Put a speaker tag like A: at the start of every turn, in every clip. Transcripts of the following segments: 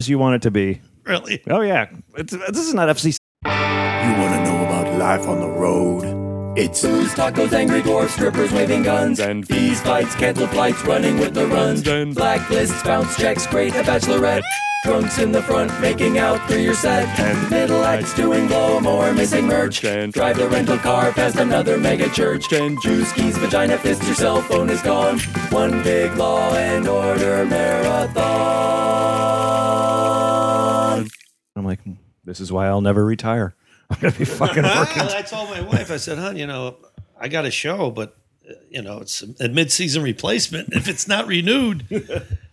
A: as you want it to be.
B: Really?
A: Oh yeah, it's, this is not FCC.
C: You want to know about life on the road? It's
D: Booze, tacos, angry dwarfs, strippers waving guns, and fees, fights, cancel flights, running with the runs, and blacklists, bounce checks, great a bachelorette. Drunks in the front making out through your set, and middle acts doing blow more, missing merch, and drive the rental car past another mega church, and juice keys, vagina fist, your cell phone is gone. One big law and order marathon.
A: I'm like, this is why I'll never retire. I'm gonna be fucking working.
B: Ah, I told my wife, I said, hon, you know, I got a show, but, uh, you know, it's a mid-season replacement. If it's not renewed,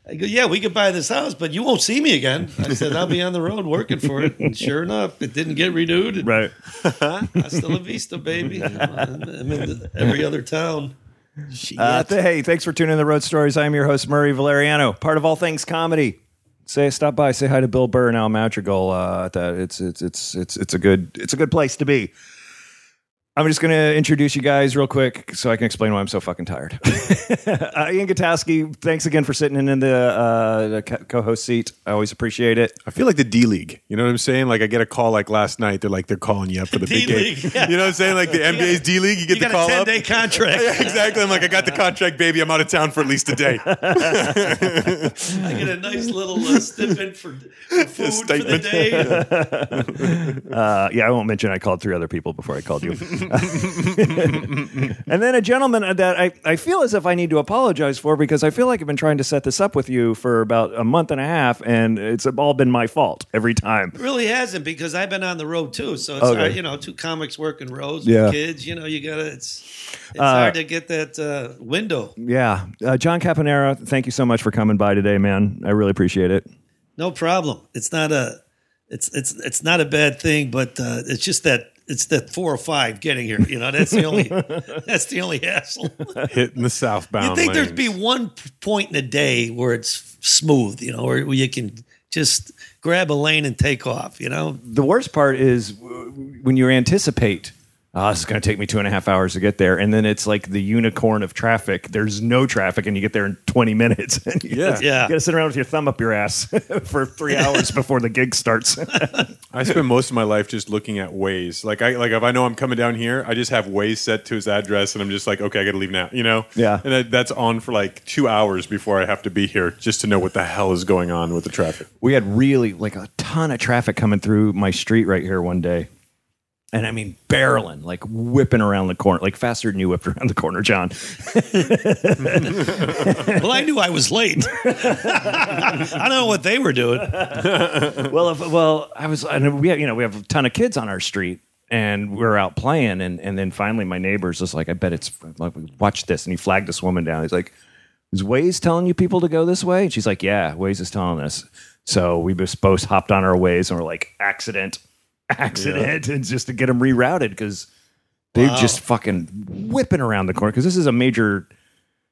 B: I go, yeah, we could buy this house, but you won't see me again. I said, I'll be on the road working for it. And sure enough, it didn't get renewed. And
A: right.
B: Hasta la vista, baby. I'm in every other town.
A: Uh, th- hey, thanks for tuning in to Road Stories. I'm your host Murray Valeriano, part of All Things Comedy. Say stop by, say hi to Bill Burr and Al Madrigal. Uh, at that it's it's it's it's it's a good it's a good place to be. I'm just gonna introduce you guys real quick so I can explain why I'm so fucking tired. uh, Ian Gutowski, thanks again for sitting in the, uh, the co- co-host seat. I always appreciate it.
E: I feel like the D League. You know what I'm saying? Like I get a call like last night. They're like they're calling you up for the big game.
B: D-League, yeah.
E: You know what I'm saying? Like the NBA's D League. You get
B: You
E: the
B: got
E: call
B: a 10
E: up.
B: day contract.
E: Yeah, exactly. I'm like I got the contract, baby. I'm out of town for at least a day.
B: I get a nice little uh, stipend for, for food for the
E: Statement.
B: day.
A: Uh, yeah, I won't mention I called three other people before I called you. and then a gentleman that I, I feel as if I need to apologize for because I feel like I've been trying to set this up with you for about a month and a half, and it's all been my fault every time.
B: really hasn't because I've been on the road too. So it's
A: Okay.
B: hard, you know, two comics working rows
A: Yeah.
B: with kids. You know, you gotta. It's it's hard to get that uh, window.
A: Yeah. Uh, John Caponera, thank you so much for coming by today, man. I really appreciate it.
B: No problem. It's not a. It's it's it's not a bad thing, but uh, it's just that it's that four or five getting here. You know, that's the only that's the only hassle.
E: Hitting the southbound.
B: You think there'd
E: lanes.
B: be one p- point in a day where it's smooth? You know, where, where you can just grab a lane and take off. You know,
A: the worst part is w- when you anticipate oh this is going to take me two and a half hours to get there and then it's like the unicorn of traffic there's no traffic and you get there in 20 minutes and you
E: Yeah.
A: just-
B: Yeah.
A: you gotta sit around with your thumb up your ass for three hours before the gig starts
E: I spend most of my life just looking at Waze. Like I like if I know I'm coming down here, I just have Waze set to his address, and I'm just like, okay, I got to leave now. You know?
A: Yeah.
E: And that that's on for like two hours before I have to be here just to know what the hell is going on with the traffic.
A: we had really like a ton of traffic coming through my street right here one day and I mean barreling, like whipping around the corner, like faster than you whipped around the corner, John.
B: well, I knew I was late. I don't know what they were doing.
A: well, if, well, I was, and we, have, you know, we have a ton of kids on our street, and we're out playing, and and then finally, my neighbor's just like, I bet it's like, watch this, and he flagged this woman down. He's like, Is Waze telling you people to go this way? And she's like, Yeah, Waze is telling us. So we just both hopped on our ways, and we're like, accident, accident, and just to get them rerouted because they're just fucking whipping around the corner because this is a major.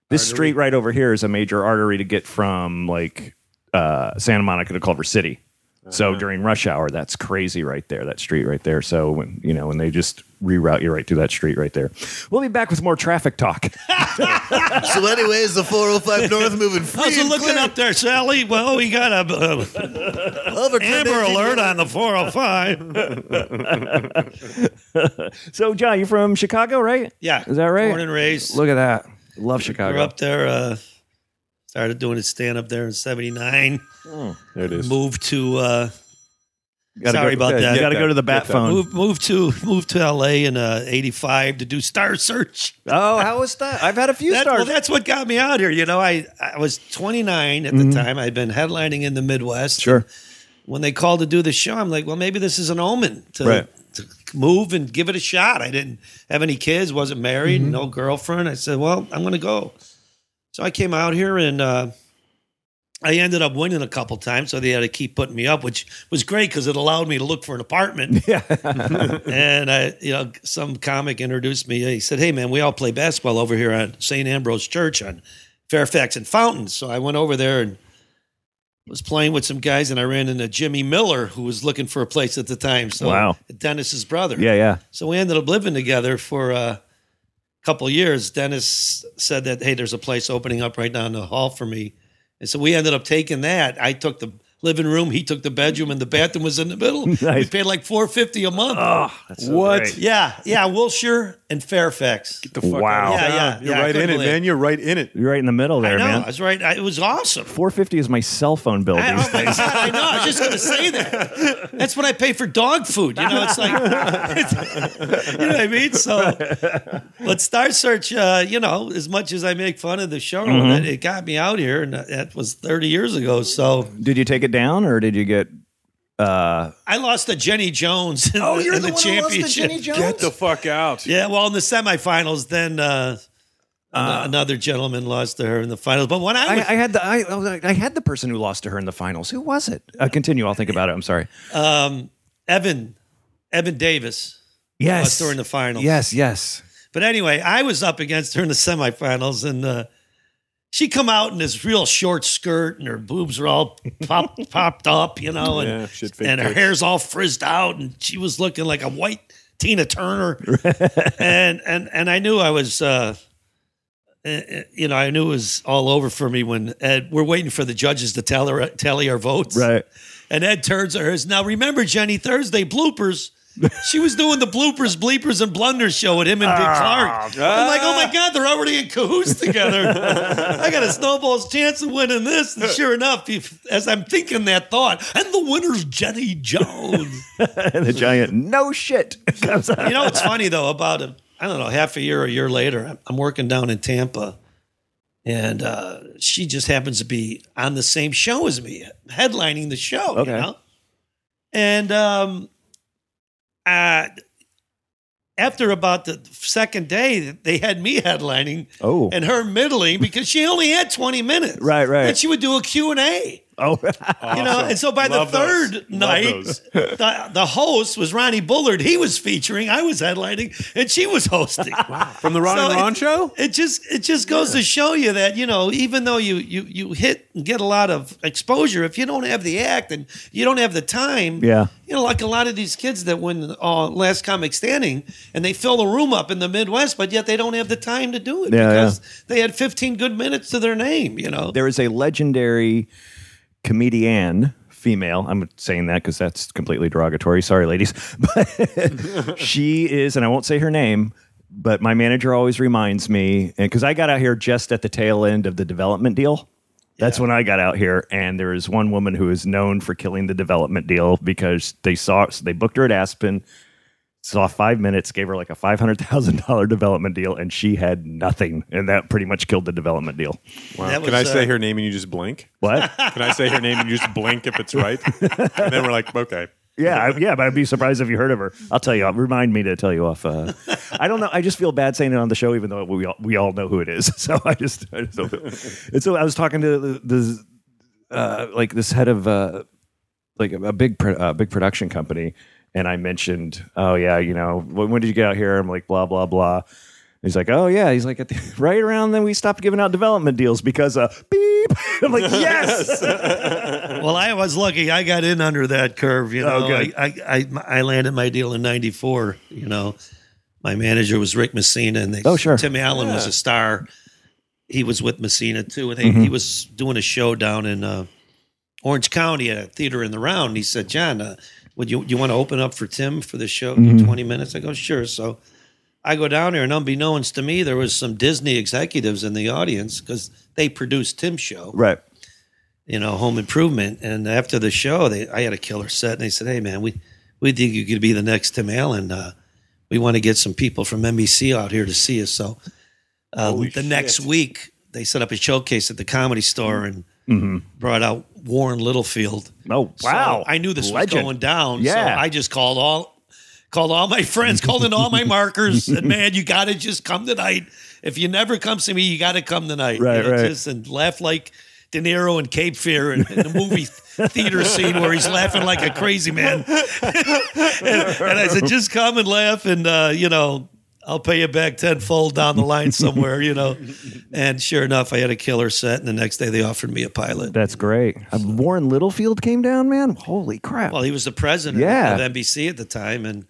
A: This street right over here is a major artery to get from like uh, Santa Monica to Culver City.
B: Uh-huh.
A: So during rush hour, that's crazy right there, that street right there. So when you know when they just reroute you right through that street right there, we'll be back with more traffic talk.
F: So, anyways, the 405 North moving free.
B: How's it
F: and
B: looking
F: clear.
B: up there, Sally? Well, we got a uh,
F: Over
B: Amber
F: 10,
B: Alert on the 405.
A: so John, you're from Chicago, right?
B: Yeah.
A: Is that right?
B: Born and raised.
A: Look at that, love
B: We're
A: Chicago.
B: up there. Uh, started doing his stand up there in 79.
E: There it is.
B: Moved to uh,
A: Gotta
B: sorry
A: go,
B: about that.
A: You got to go to the bat
E: Get that.
A: phone.
B: moved, moved to moved to LA in uh, 85 to do Star Search.
A: Oh, how was that? I've had a few
B: That-
A: stars.
B: well, that's what got me out here. You know, I, I was 29 at the time. I'd been headlining in the Midwest.
A: Mm-hmm. sure.
B: when they called to do the show, I'm like, well, maybe this is an omen to,
A: Right.
B: to move and give it a shot. I didn't have any kids, wasn't married,
A: Mm-hmm.
B: no girlfriend. I said, well, I'm going to go. So I came out here and uh, I ended up winning a couple times. So they had to keep putting me up, which was great because it allowed me to look for an apartment.
A: Yeah.
B: and I, you know, some comic introduced me. He said, hey, man, we all play basketball over here at St. Ambrose Church on Fairfax and Fountain. So I went over there and was playing with some guys, and I ran into Jimmy Miller, who was looking for a place at the time. So
A: Wow.
B: Dennis's brother.
A: Yeah, yeah.
B: So we ended up living together for uh, a couple years. Dennis said that hey, there's a place opening up right down the hall for me, and so we ended up taking that. I took the living room. He took the bedroom, and the bathroom was in the middle. We
A: Nice.
B: paid like four fifty a month.
A: That's so
E: What?
A: great.
B: yeah, yeah, Wilshire and Fairfax.
E: The fuck
A: Wow.
E: out of
B: Yeah,
E: town.
B: yeah,
E: Ah, You're
B: yeah, I
E: right in
B: couldn't
E: it,
B: believe
E: man. You're right in it.
A: You're right in the middle
B: I
A: there,
B: know.
A: man.
B: I was right. I, it was awesome.
A: 450 is my cell phone bill
B: I,
A: these
B: oh my
A: days.
B: God, I know. I was just going to say that. That's what I pay for dog food. You know, it's like, you know what I mean? So, but Star Search, uh, you know, as much as I make fun of the show,
A: Mm-hmm.
B: it, it got me out here, and that was 30 years ago. So
A: Did you take it down or did you get? Uh,
B: I lost to Jenny Jones in the, in the championship.
E: Get the fuck out.
B: Yeah, well, in the semifinals, then uh, an- another gentleman lost to her in the finals. But when I
A: I,
B: was,
A: I had the I, I was like- I had the person who lost to her in the finals. Who was it? Uh, continue. I'll think about it. I'm sorry.
B: Evan, Evan Davis
A: Yes,
B: lost to her in the finals.
A: Yes, yes.
B: But anyway, I was up against her in the semifinals, and uh, she come out in this real short skirt, and her boobs are all pop, popped up, you know, and
E: Yeah, shit, fake
B: and her
E: tits.
B: hair's all frizzed out, and she was looking like a white Tina Turner, and and and I knew I was. Uh, eh, eh, you know, I knew it was all over for me when Ed. We're waiting for the judges to tally, tally our votes, and Ed turns to hers. Now remember, Jenny, Thursday bloopers. She was doing the bloopers, bleepers, and blunders show with him and Dick Clark. I'm like, oh my God, they're already in cahoots together. I got a snowball's chance of winning this. And sure enough, if- as I'm thinking that thought, and the winner's Jenny Jones.
A: and the giant. No shit. comes out.
B: you know, it's funny though, about, a, I don't know, half a year or a year later, I'm- I'm working down in Tampa. And uh, she just happens to be on the same show as me, headlining the show.
A: Okay.
B: You know? And um, uh, after about the second day, they had me headlining
A: Oh.
B: and her middling because she only had 20 minutes.
A: Right, right.
B: And she would do a Q&A,
A: oh,
B: you know? And so by
E: Love
B: the
E: those.
B: third
E: Love
B: night,
E: those.
B: the, the host was Ronnie Bullard. He was featuring, I was headlining, and she was hosting. wow.
E: From the Ron
B: So
E: and Ron
B: it-
E: show?
B: It just it just goes to show you that you know even though you you you hit and get a lot of exposure, if you don't have the act and you don't have the time,
A: Yeah.
B: you know like a lot of these kids that win uh, last comic standing and they fill the room up in the Midwest, but yet they don't have the time to do it
A: Yeah,
B: because they had 15 good minutes to their name. You know,
A: there is a legendary comedian female i'm saying that because that's completely derogatory sorry ladies but she is and i won't say her name but my manager always reminds me and because i got out here just at the tail end of the development deal that's when i got out here and there is one woman who is known for killing the development deal because they saw so they booked her at aspen saw five minutes gave her like a $500000 development deal and she had nothing and that pretty much killed the development deal
E: Wow.
B: That
E: Can I
B: was,
E: say
B: uh,
E: her name and you just blink?
A: what
E: Can I say her name and you just blink if it's right? And then we're like, okay.
A: Yeah, I, yeah, but I'd be surprised if you heard of her. I'll tell you. Remind me to tell you off. Uh, I don't know. I just feel bad saying it on the show, even though we all, we all know who it is. So I just, I just don't feel- and so I was talking to the, the uh, like this head of uh, like a, a big pro- uh, big production company, and I mentioned, oh yeah, you know, when, when did you get out here? I'm like, blah blah blah. He's like, oh yeah. He's like, at the, right around then we stopped giving out development deals because uh, beep. I'm like, yes.
B: Well, I was lucky. I got in under that curve. You know,
A: good.
B: I, I, I I landed my deal in '94. You know, my manager was Rick Messina, and they,
A: Oh, sure.
B: Tim Allen was a star. He was with Messina too, and they,
A: Mm-hmm.
B: he was doing a show down in uh, Orange County at a theater in the round. And he said, "John, uh, would you you want to open up for Tim for the show?
A: Mm-hmm.
B: Twenty minutes?" I go, "Sure." So I go down there, and unbeknownst to me, there was some Disney executives in the audience because they produced Tim's show
A: right.
B: you know, home improvement. And after the show, they I had a killer set, and they said, "Hey, man, we we think you could be the next Tim Allen. Uh, we want to get some people from NBC out here to see us." So um, the next week, they set up a showcase at the Comedy Store and brought out Warren Littlefield.
A: Oh wow.
B: So I knew this
A: Legend.
B: was going down.
A: Yeah.
B: So I just called all called all my friends, called in all my markers, and man, you gotta just come tonight. If you never come see me, you gotta come tonight.
A: Right,
B: And it's
A: right.
B: Just, and laugh like De Niro in Cape Fear and, and the movie theater scene where he's laughing like a crazy man. And I said, just come and laugh, and uh, you know, I'll pay you back tenfold down the line somewhere, you know. And sure enough, I had a killer set, and the next day they offered me a pilot.
A: That's great. Uh, Warren Littlefield came down, man. Holy crap!
B: Well, he was the president
A: Yeah.
B: of NBC at the time, and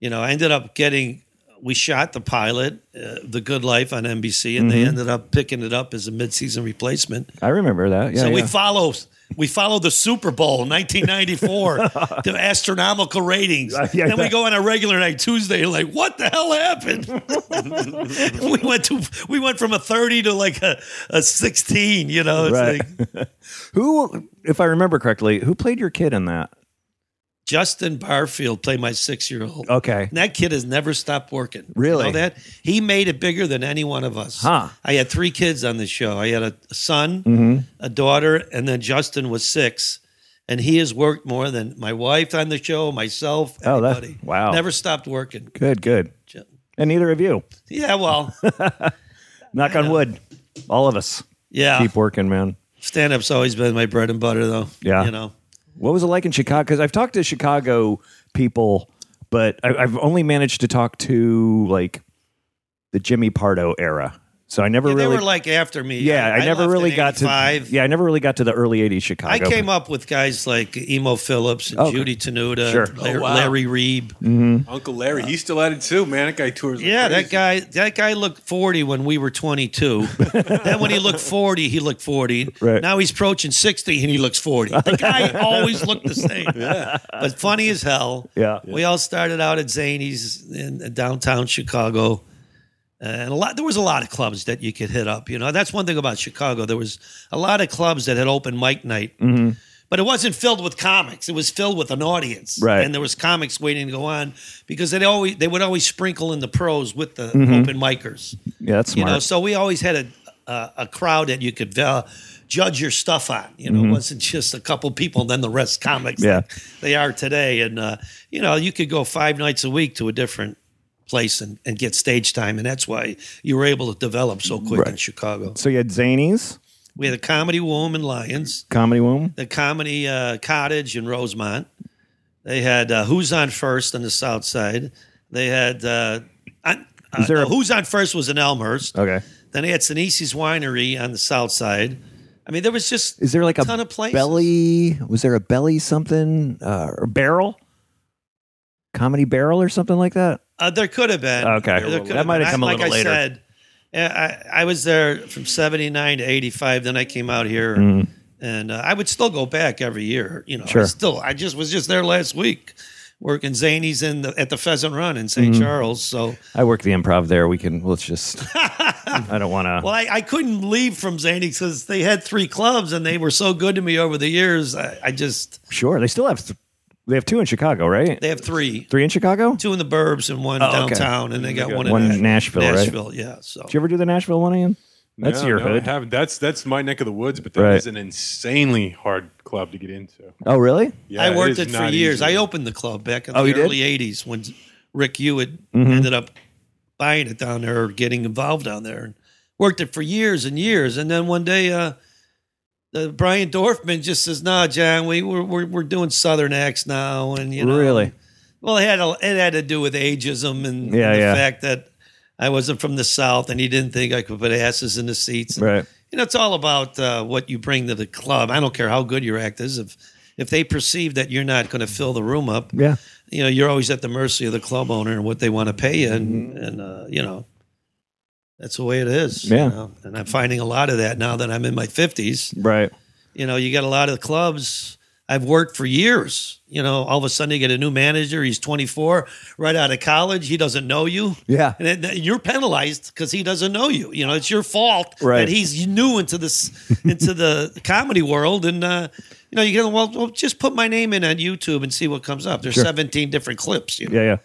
B: you know, I ended up getting we shot the pilot, uh, The Good Life on NBC,
A: Mm-hmm.
B: and they ended up picking it up as a mid-season replacement.
A: I remember that. Yeah,
B: so we
A: yeah.
B: follow we follow the Super Bowl 1994, the astronomical ratings.
A: yeah,
B: then we
A: that-
B: go on a regular night Tuesday, like what the hell happened? we went to we went from a 30 to like a, a 16. You know, it's
A: Right.
B: like
A: who, if I remember correctly, who played your kid in that?
B: Justin Barfield played my six year old.
A: Okay,
B: And that kid has never stopped working.
A: Really?
B: You know that? He made it bigger than any one of us.
A: Huh. Mm-hmm.
B: I had three kids on the show. I had a son, a daughter, and then Justin was six. And he has worked more than my wife on the show, myself,
A: Oh, that-
B: everybody.
A: wow.
B: Never stopped working.
A: good, good.
B: Ju-
A: And neither of you.
B: Yeah, well,
A: Knock on wood. All of us
B: yeah.
A: keep working, man.
B: Stand up's always been my bread and butter, though.
A: Yeah.
B: You know,
A: What was it like in Chicago? Because I've talked to Chicago people, but I, I've only managed to talk to like the Jimmy Pardo era. So I never
B: Yeah,
A: really,
B: they were like after me.
A: yeah, I, never
B: left
A: really
B: in
A: got to,
B: 85.
A: yeah, I never really got to the early '80s Chicago.
B: I came up with guys like Emo Phillips and
A: Okay.
B: Judy Tenuta,
A: Sure.
B: and Larry,
E: wow.
B: Larry Reeb.
E: Uncle Larry, he's still at it too, man. That guy tours. like
B: Yeah,
E: crazy.
B: that guy. That guy looked forty when we were twenty-two. then when he looked forty, he looked forty.
A: Right.
B: Now he's approaching sixty, and he looks forty. The guy always looked the same. But funny as hell.
A: Yeah.
B: We all started out at Zany's in downtown Chicago, and a lot. There was a lot of clubs that you could hit up. You know, that's one thing about Chicago. There was a lot of clubs that had open mic night.
A: Mm-hmm.
B: But it wasn't filled with comics. It was filled with an audience,
A: Right.
B: And there was comics waiting to go on because they always they would always sprinkle in the pros with the open micers,
A: yeah, Mm-hmm. that's
B: you
A: smart.
B: know. So we always had a a, a crowd that you could uh, judge your stuff on. You know, it wasn't just a couple people, then the rest comics.
A: Mm-hmm. Yeah.
B: like they are today, and uh, you know you could go five nights a week to a different place and, and get stage time, and that's why you were able to develop so quick in Chicago.
A: so you had Zanies,
B: We had a comedy womb in Lions
A: Comedy Womb.
B: the comedy uh, cottage in Rosemont. They had uh, Who's on First on the South Side. They had uh, on, uh,
A: Is there
B: no,
A: a-
B: Who's on First was in Elmhurst.
A: Okay,
B: Then they had Sinisi's Winery on the South Side. I mean, there was just
A: is there like a
B: ton of places.
A: belly? Was there a belly something uh, or barrel? Comedy barrel or something like that.
B: Uh, there could have been.
A: Okay.
B: There could
A: That might have
B: been.
A: come a
B: I- like
A: little
B: I
A: later.
B: Said, yeah, I, I was there from 79 to 85. Then I came out here. And uh, I would still go back every year. You know,
A: Mm-hmm. Sure.
B: I still, I just was just there last week working Zanies in the, at the Pheasant Run in saint
A: Mm-hmm.
B: Charles. So,
A: I work the improv there. We can let's just. I don't want to.
B: well, I, I couldn't leave from Zanies because they had three clubs and they were so good to me over the years. I, I just,
A: Sure, they still have th- they have two in Chicago, right?
B: they have three,
A: Three in Chicago. Did
B: two in the Burbs and one
A: Oh, okay.
B: downtown, and they got one,
A: One
B: in
A: in Nashville, right?
B: Nashville, yeah. So,
A: you ever do the Nashville one again? That's
E: No,
A: your
E: no, I
A: hood.
E: haven't. That's that's my neck of the woods, but that is
A: Right.
E: an insanely hard club to get into.
A: Oh, really?
E: Yeah,
B: I worked
E: is
B: it, for
E: not
B: years.
E: easy.
B: I opened the club back in
A: Oh, you
B: the
A: did? Mm-hmm.
B: early '80s when Rick Hewitt ended up buying it down there or getting involved down there, and worked it for years and years. And then one day, uh, uh, Brian Dorfman just says, "Nah, John, we we're, we're we're doing Southern acts now." And you know,
A: Really?
B: well, it had a, it had to do with ageism and,
A: Yeah,
B: and the
A: yeah.
B: fact that I wasn't from the South, and he didn't think I could put asses in the seats. And
A: Right.
B: you know, it's all about uh, what you bring to the club. I don't care how good your act is. If if they perceive that you're not going to fill the room up,
A: Yeah.
B: you know, you're always at the mercy of the club owner and what they want to pay you, and
A: Mm-hmm.
B: and uh, you know, that's the way it is. you
A: Yeah.
B: know? and I'm finding a lot of that now that I'm in my fifties.
A: Right.
B: You know, you got a lot of clubs. I've worked for years. You know, all of a sudden you get a new manager. He's 24, right out of college. He doesn't know you.
A: Yeah.
B: And then- then you're penalized because he doesn't know you. You know, it's your fault
A: Right.
B: that he's new into this into the comedy world. And uh, you know, you go, well, well, just put my name in on YouTube and see what comes up. There's 17 different clips. You know?
A: Yeah. Yeah.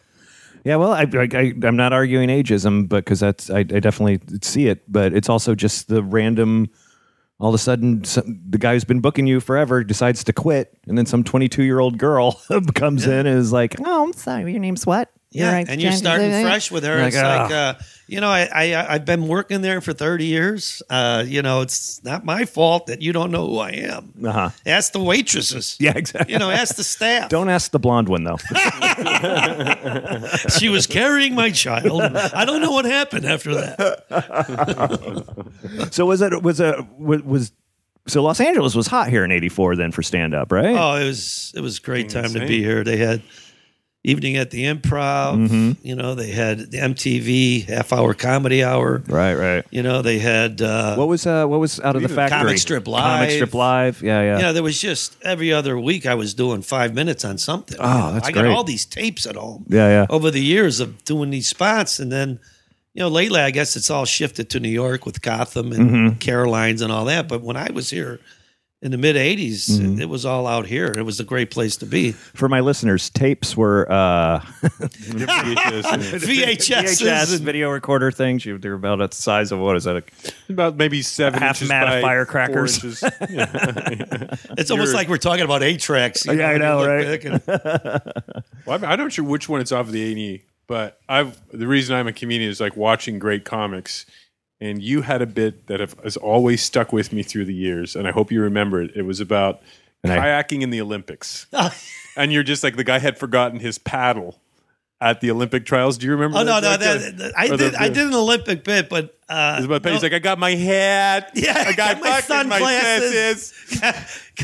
A: Yeah. Well, I, I, I I'm not arguing ageism, but because that's I, I definitely see it, but it's also just the random. All of a sudden, some, the guy who's been booking you forever decides to quit, and then some 22 year old girl comes in and is like, "Oh, I'm sorry, your name's what?"
B: Yeah,
A: You're right,
B: and you're
A: Jen-
B: starting fresh with her.
A: Like,
B: it's like,
A: ah.
B: uh, you know, I, I I've been working there for 30 years. Uh, you know, it's not my fault that you don't know who I am.
A: Uh-huh.
B: Ask the waitresses.
A: Yeah, exactly.
B: You know, ask the staff.
A: Don't ask the blonde one though.
B: She was carrying my child. I don't know what happened after that.
A: So was it was a was, was so Los Angeles was hot here in '84 then for stand up, right?
B: Oh, it was it was a great time to be here. They had, evening at the improv.
A: Mm-hmm.
B: You know, they had the MTV half hour comedy hour.
A: Right, right.
B: You know, they had uh,
A: What was uh, what was out of the factory?
B: Comic Strip Live.
A: Comic Strip Live. Yeah, yeah.
B: you know, there was just every other week I was doing five minutes on something.
A: Oh,
B: You know,
A: that's
B: I got
A: great.
B: all these tapes at home.
A: Yeah, yeah.
B: Over the years of doing these spots, and then you know lately I guess it's all shifted to New York with Gotham and
A: Mm-hmm.
B: Carolines and all that. But when I was here in the mid '80s,
A: Mm-hmm.
B: it, it was all out here. It was a great place to be.
A: For my listeners, tapes were uh,
E: VHS.
B: VHS,
A: VHS video recorder things. You- They were about the size of what is that?
E: about maybe seven
A: Half
E: inches
A: mat of
E: by
A: firecrackers.
E: four inches. Yeah.
B: It's almost
E: You're-
B: like we're talking about eight tracks.
A: Yeah, I know, right?
E: Well, I'm, I'm not sure which one it's off of the eighty, but I've the reason I'm a comedian is like watching great comics. And you had a bit that have, has always stuck with me through the years, and I hope you remember it. It was about
A: I-
E: kayaking in the Olympics,
B: Oh.
E: and you're just like the guy had forgotten his paddle at the Olympic trials. Do you remember?
B: Oh no, no,
E: Like, uh,
B: that, that- I
A: Oh,
E: or the-
B: did. I did an Olympic bit, but uh,
E: It was about
B: no-
E: He's like, I got my hat.
B: Yeah,
E: I got,
B: got my
E: fucking my
B: sunglasses.
E: glasses.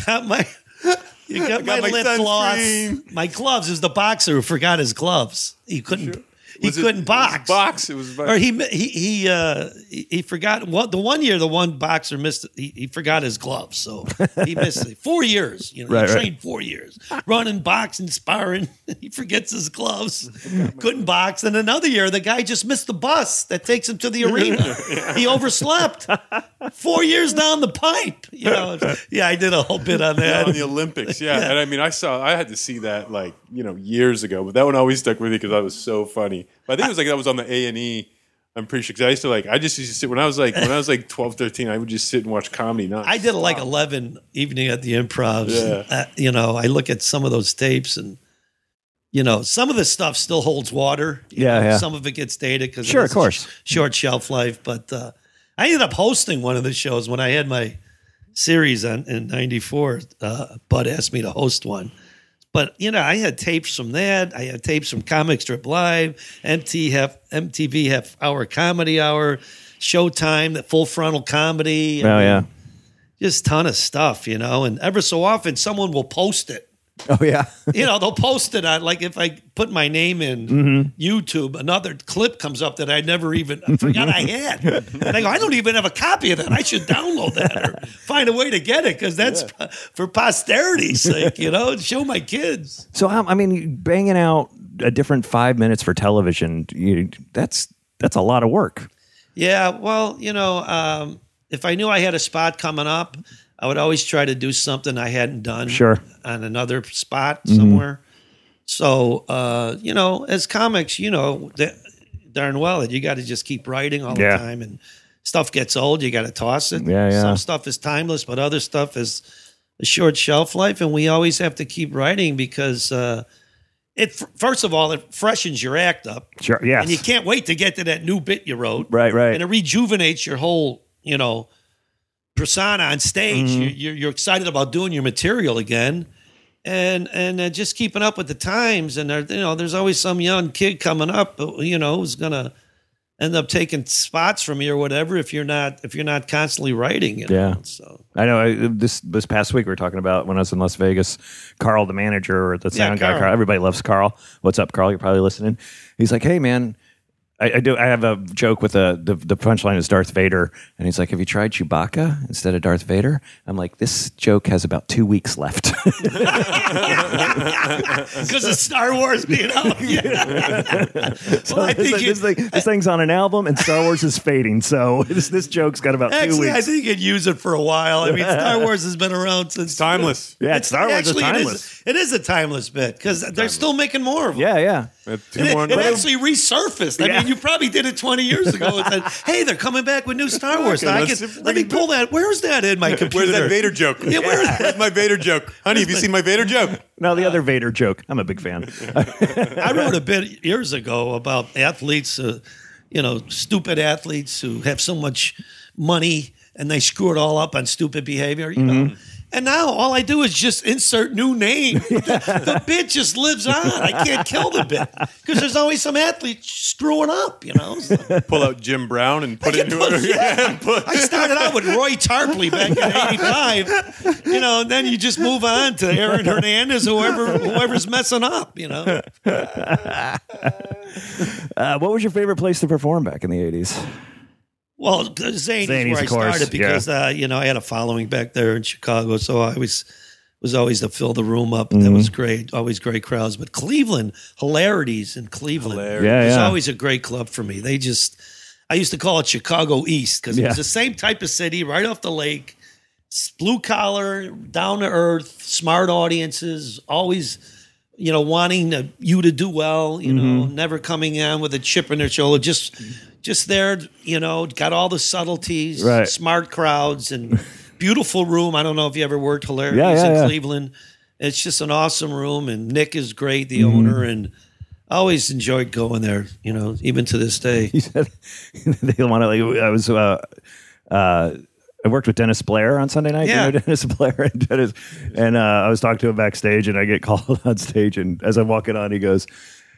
B: got my you got, my,
E: my
B: lip
E: sunscreen.
B: gloss. My gloves is the boxer who forgot his gloves. He couldn't. He
E: Was it-
B: couldn't
E: it was
B: box.
E: box. It was.
B: Or he he he uh, he, he forgot. Well, the one year the one boxer missed. He, he forgot his gloves, so he missed it. four years. You know,
A: Right,
B: he
A: right.
B: trained four years, running, boxing, sparring. he forgets his gloves. Couldn't box. And another year, the guy just missed the bus that takes him to the arena. he overslept. Four years down the pipe. You know. Yeah, I did a whole bit on that.
E: on the Olympics, yeah. And I mean, I saw, I had to see that like you know years ago, but that one always stuck with me because that was so funny. But I think it was like that was on the A and E. I'm pretty sure 'cause I used to like, I just used to sit when I was like when I was like 12, 13, I would just sit and watch comedy. Not
B: I did like eleven evening at the Improv.
E: Yeah.
B: Uh, you know, I look at some of those tapes, and you know, some of the stuff still holds water. you
A: Yeah,
B: know,
A: yeah.
B: Some of it gets dated because
A: Sure, of course.
B: short shelf life. But uh, I ended up hosting one of the shows when I had my series on in '94. Uh, Bud asked me to host one. But you know, I had tapes from that. I had tapes from Comic Strip Live, MT half, MTV Half Hour Comedy Hour, Showtime, the Full Frontal Comedy.
A: Oh yeah.
B: just ton of stuff, you know. And ever so often, someone will post it.
A: Oh yeah.
B: You know, they'll post it on like if I put my name in YouTube, another clip comes up that I never even I forgot I had, and I go, I don't even have a copy of that. I should download that or find a way to get it because that's for posterity's sake, you know. and Show my kids.
A: So um, I mean, banging out a different five minutes for television. You, that's that's a lot of work.
B: Yeah, well, you know, um, if I knew I had a spot coming up, I would always try to do something I hadn't done.
A: Sure. Mm-hmm.
B: On another spot somewhere. So, uh, you know, as comics, you know that darn well that you got to just keep writing all
A: Yeah.
B: the time, and stuff gets old. You got to toss it.
A: Yeah, yeah.
B: Some stuff is timeless, but other stuff is a short shelf life, and we always have to keep writing because uh, it. First of all, it freshens your act up.
A: Sure. Yes.
B: And you can't wait to get to that new bit you wrote.
A: Right, right.
B: And it rejuvenates your whole, you know, persona on stage.
A: Mm-hmm.
B: You You're, you're excited about doing your material again. And and uh, just keeping up with the times, and there, you know, there's always some young kid coming up, uh, you know, who's gonna end up taking spots from you or whatever if you're not if you're not constantly writing. You know?
A: Yeah.
B: So
A: I know I, this this past week we were talking about when I was in Las Vegas, Carl the manager or the
B: Yeah,
A: sound guy.
B: Carl.
A: Carl, everybody loves Carl. What's up, Carl? You're probably listening. He's like, hey man, I, I do. I have a joke with a, the the punchline is Darth Vader, and he's like, have you tried Chewbacca instead of Darth Vader? I'm like, this joke has about two weeks left.
B: because of Star Wars being out. Yeah. well, I
A: this,
B: think you,
A: this, thing, this thing's on an album, and Star Wars is fading, so this this joke's got about two
B: actually,
A: weeks.
B: I think you'd use it for a while. I mean, Star Wars has been around since
E: timeless.
A: yeah, it's Star Wars
B: actually,
A: is
B: it is-
A: timeless.
B: It is, a timeless bit because they're still making more of them.
A: yeah, yeah.
E: Uh, two
B: And
E: more-
B: It, it actually resurfaced. I
A: Yeah.
B: mean, you probably did it 20 years ago and said, hey, they're coming back with new Star Wars. Now I
E: let's
B: can-
E: see-
B: let me pull that. Where's that in my computer?
E: Where's that Vader joke?
B: Yeah, where is that?
E: Where's my Vader joke? Honey, have you seen my Vader joke?
A: Now the other Vader joke. I'm a big fan.
B: I wrote a bit years ago about athletes, uh, you know, stupid
E: Mm-hmm.
B: athletes who have so much money and they screw it all up on stupid behavior, you know. And now all I do is just insert new name. The, the bit just lives on. I can't kill the bit because there's always some athlete screwing up, you know. So-
E: Pull out Jim Brown and put it into it. Yeah, put-
B: I started out with Roy Tarpley back in '85, you know, and then you just move on to Aaron Hernandez, whoever whoever's messing up, you know.
A: Uh, what was your favorite place to perform back in the eighties?
B: Well, Zane is
A: Zanies,
B: where I
A: of course,
B: started because uh, you know I had a following back there in Chicago, so I was was always to fill the room up. That
A: Mm-hmm.
B: was great, always great crowds. But Cleveland hilarities in Cleveland,
E: Hilarities.
A: Yeah,
B: was
A: yeah.
B: always a great club for me. They just I used to call it Chicago East because it
A: Yeah.
B: was the same type of city, right off the lake, s- blue collar, down to earth, smart audiences, always you know, wanting to, you to do well, you know,
A: Mm-hmm.
B: never coming in with a chip in their shoulder, just just there, you know, got all the subtleties,
A: Right.
B: smart crowds and beautiful room. I don't know if you ever worked hilarious
A: Yeah, yeah,
B: in
A: yeah.
B: Cleveland. It's just an awesome room and Nick is great, the
A: Mm-hmm.
B: owner, and I always enjoyed going there, you know, even to this day.
A: You said they want to like I was uh, uh, I worked with Dennis Blair on Sunday night.
B: Yeah.
A: You know Dennis Blair and Dennis and uh, I was talking to him backstage and I get called on stage and as I'm walking on he goes,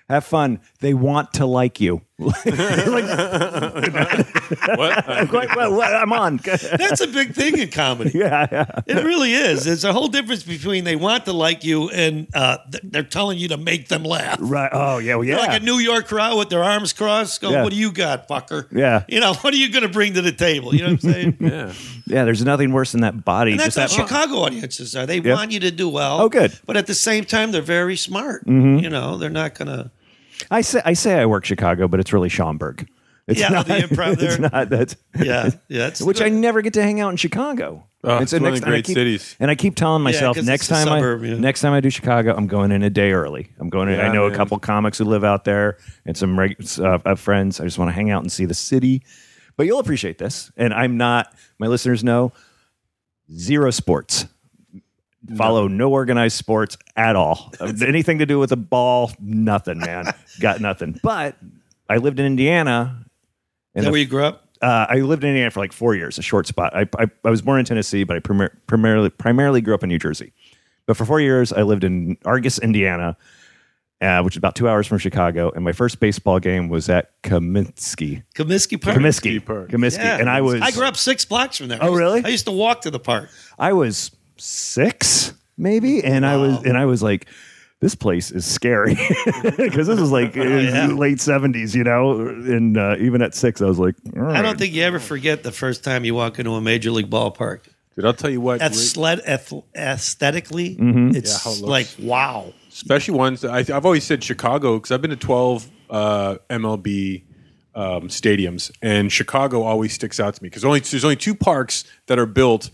A: Have fun. They want to like you. like
E: what? Uh,
A: quite well, well, I'm on.
B: That's a big thing in comedy.
A: yeah, yeah.
B: It really is. There's a whole difference between they want to like you and uh, th- they're telling you to make them laugh.
A: Right. Oh yeah, well, yeah.
B: like a New York crowd with their arms crossed. Go,
A: Yeah.
B: what do you got, fucker?
A: Yeah.
B: you know, what are you going to bring to the table? You know what I'm saying? and
E: yeah.
A: yeah, there's nothing worse than that body.
B: that's
A: just
B: how
A: that
B: Chicago audiences are. They
A: Yeah.
B: want you to do well.
A: Oh, good. Mm-hmm.
B: But at the same time, they're very smart. You know, they're not going to.
A: I say I say I work Chicago, but it's really Schaumburg. It's
B: Yeah, the improv
A: It's
B: there.
A: not that.
B: Yeah, yeah. That's
A: Which I never get to hang out in Chicago.
E: Oh,
A: And
E: it's
A: so
E: one of the
A: time I
E: great
A: keep-
E: cities.
A: And I keep telling myself
B: 'cause
A: next
B: it's a
A: time
B: suburb,
A: I
B: yeah.
A: next time I do Chicago, I'm going in a day early. I'm going. In, I
E: Yeah,
A: know a
E: man.
A: couple comics who live out there and some reg, uh, uh, friends. I just want to hang out and see the city. But you'll appreciate this, and I'm not. My listeners know zero sports. Follow no organized sports at all. Anything to do with a ball, nothing, man. Got nothing. But I lived in Indiana.
B: Is
A: And
B: that
A: the
B: where you grew up?
A: uh, I lived in Indiana for like four years, a short spot. I, I, I was born in Tennessee, but I primar- primarily primarily grew up in New Jersey. But for four years, I lived in Argus, Indiana, uh, which is about two hours from Chicago. And my first baseball game was at Comiskey.
B: Comiskey Park.
A: Comiskey.
E: Park.
A: Comiskey.
B: Yeah.
A: And I was
B: I grew up six blocks from there.
A: Oh, really?
B: I used to walk to the park.
A: I was six, maybe, and I was and I was like, this place is scary because this was like
B: Oh, yeah.
A: late seventies, you know. And uh, even at six, I was like,
B: I don't think you ever forget the first time you walk into a major league ballpark.
E: Dude, I'll tell you what.
B: Ath-
E: great-
B: aesthetically, it's
E: how it looks.
B: like wow.
E: especially ones I, I've always said Chicago because I've been to twelve uh, MLB um, stadiums, and Chicago always sticks out to me because only there's only two parks that are built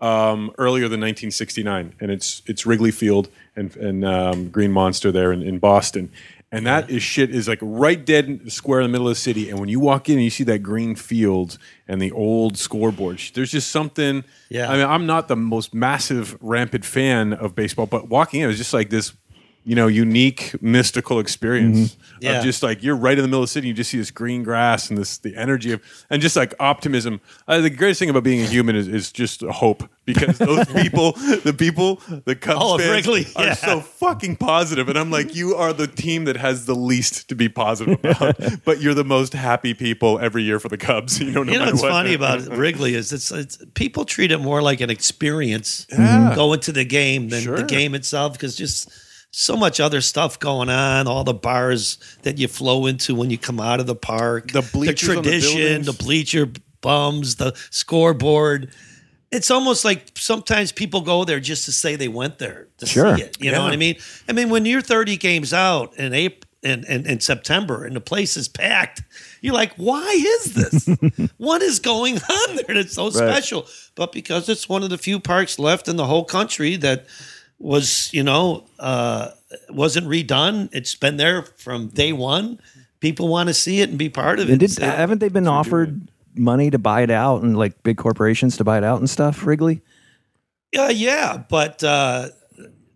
E: um, earlier than 1969, and it's it's Wrigley Field and and um, Green Monster there in, in Boston. And that is shit is like right dead in- square in the middle of the city. And when you walk in and you see that green field and the old scoreboard, there's just something.
B: Yeah.
E: I mean, I'm not the most massive, rampant fan of baseball, but walking in it was just like this, you know, unique, mystical experience
B: Mm-hmm. Yeah.
E: of just like you're right in the middle of the city. You just see this green grass and this the energy of and just like optimism. Uh, the greatest thing about being a human is, is just hope because those people, the people, the Cubs
B: Oh,
E: fans
B: Wrigley,
E: are
B: yeah.
E: so fucking positive, and I'm like, you are the team that has the least to be positive about, but you're the most happy people every year for the Cubs. You know, no
B: you know
E: matter
B: what's
E: what.
B: funny about Wrigley is it's, it's people treat it more like an experience going to the game than
E: Mm-hmm. Sure.
B: the game itself because just so much other stuff going on, all the bars that you flow into when you come out of the park,
E: The bleachers on the
B: tradition,
E: buildings.
B: the bleacher bums, the scoreboard. It's almost like sometimes people go there just to say they went there to
A: Sure.
B: see it. You know what I mean? I mean, when you're 30 games out in April and in, in, September and the place is packed, you're like, why is this? what is going on there that's so special? But because it's one of the few parks left in the whole country that was, you know, uh, wasn't redone. It's been there from day one. People want to see it and be part of it.
A: And did,
B: So-
A: haven't they been offered money to buy it out and like big corporations to buy it out and stuff, Wrigley?
B: Yeah, yeah, but uh,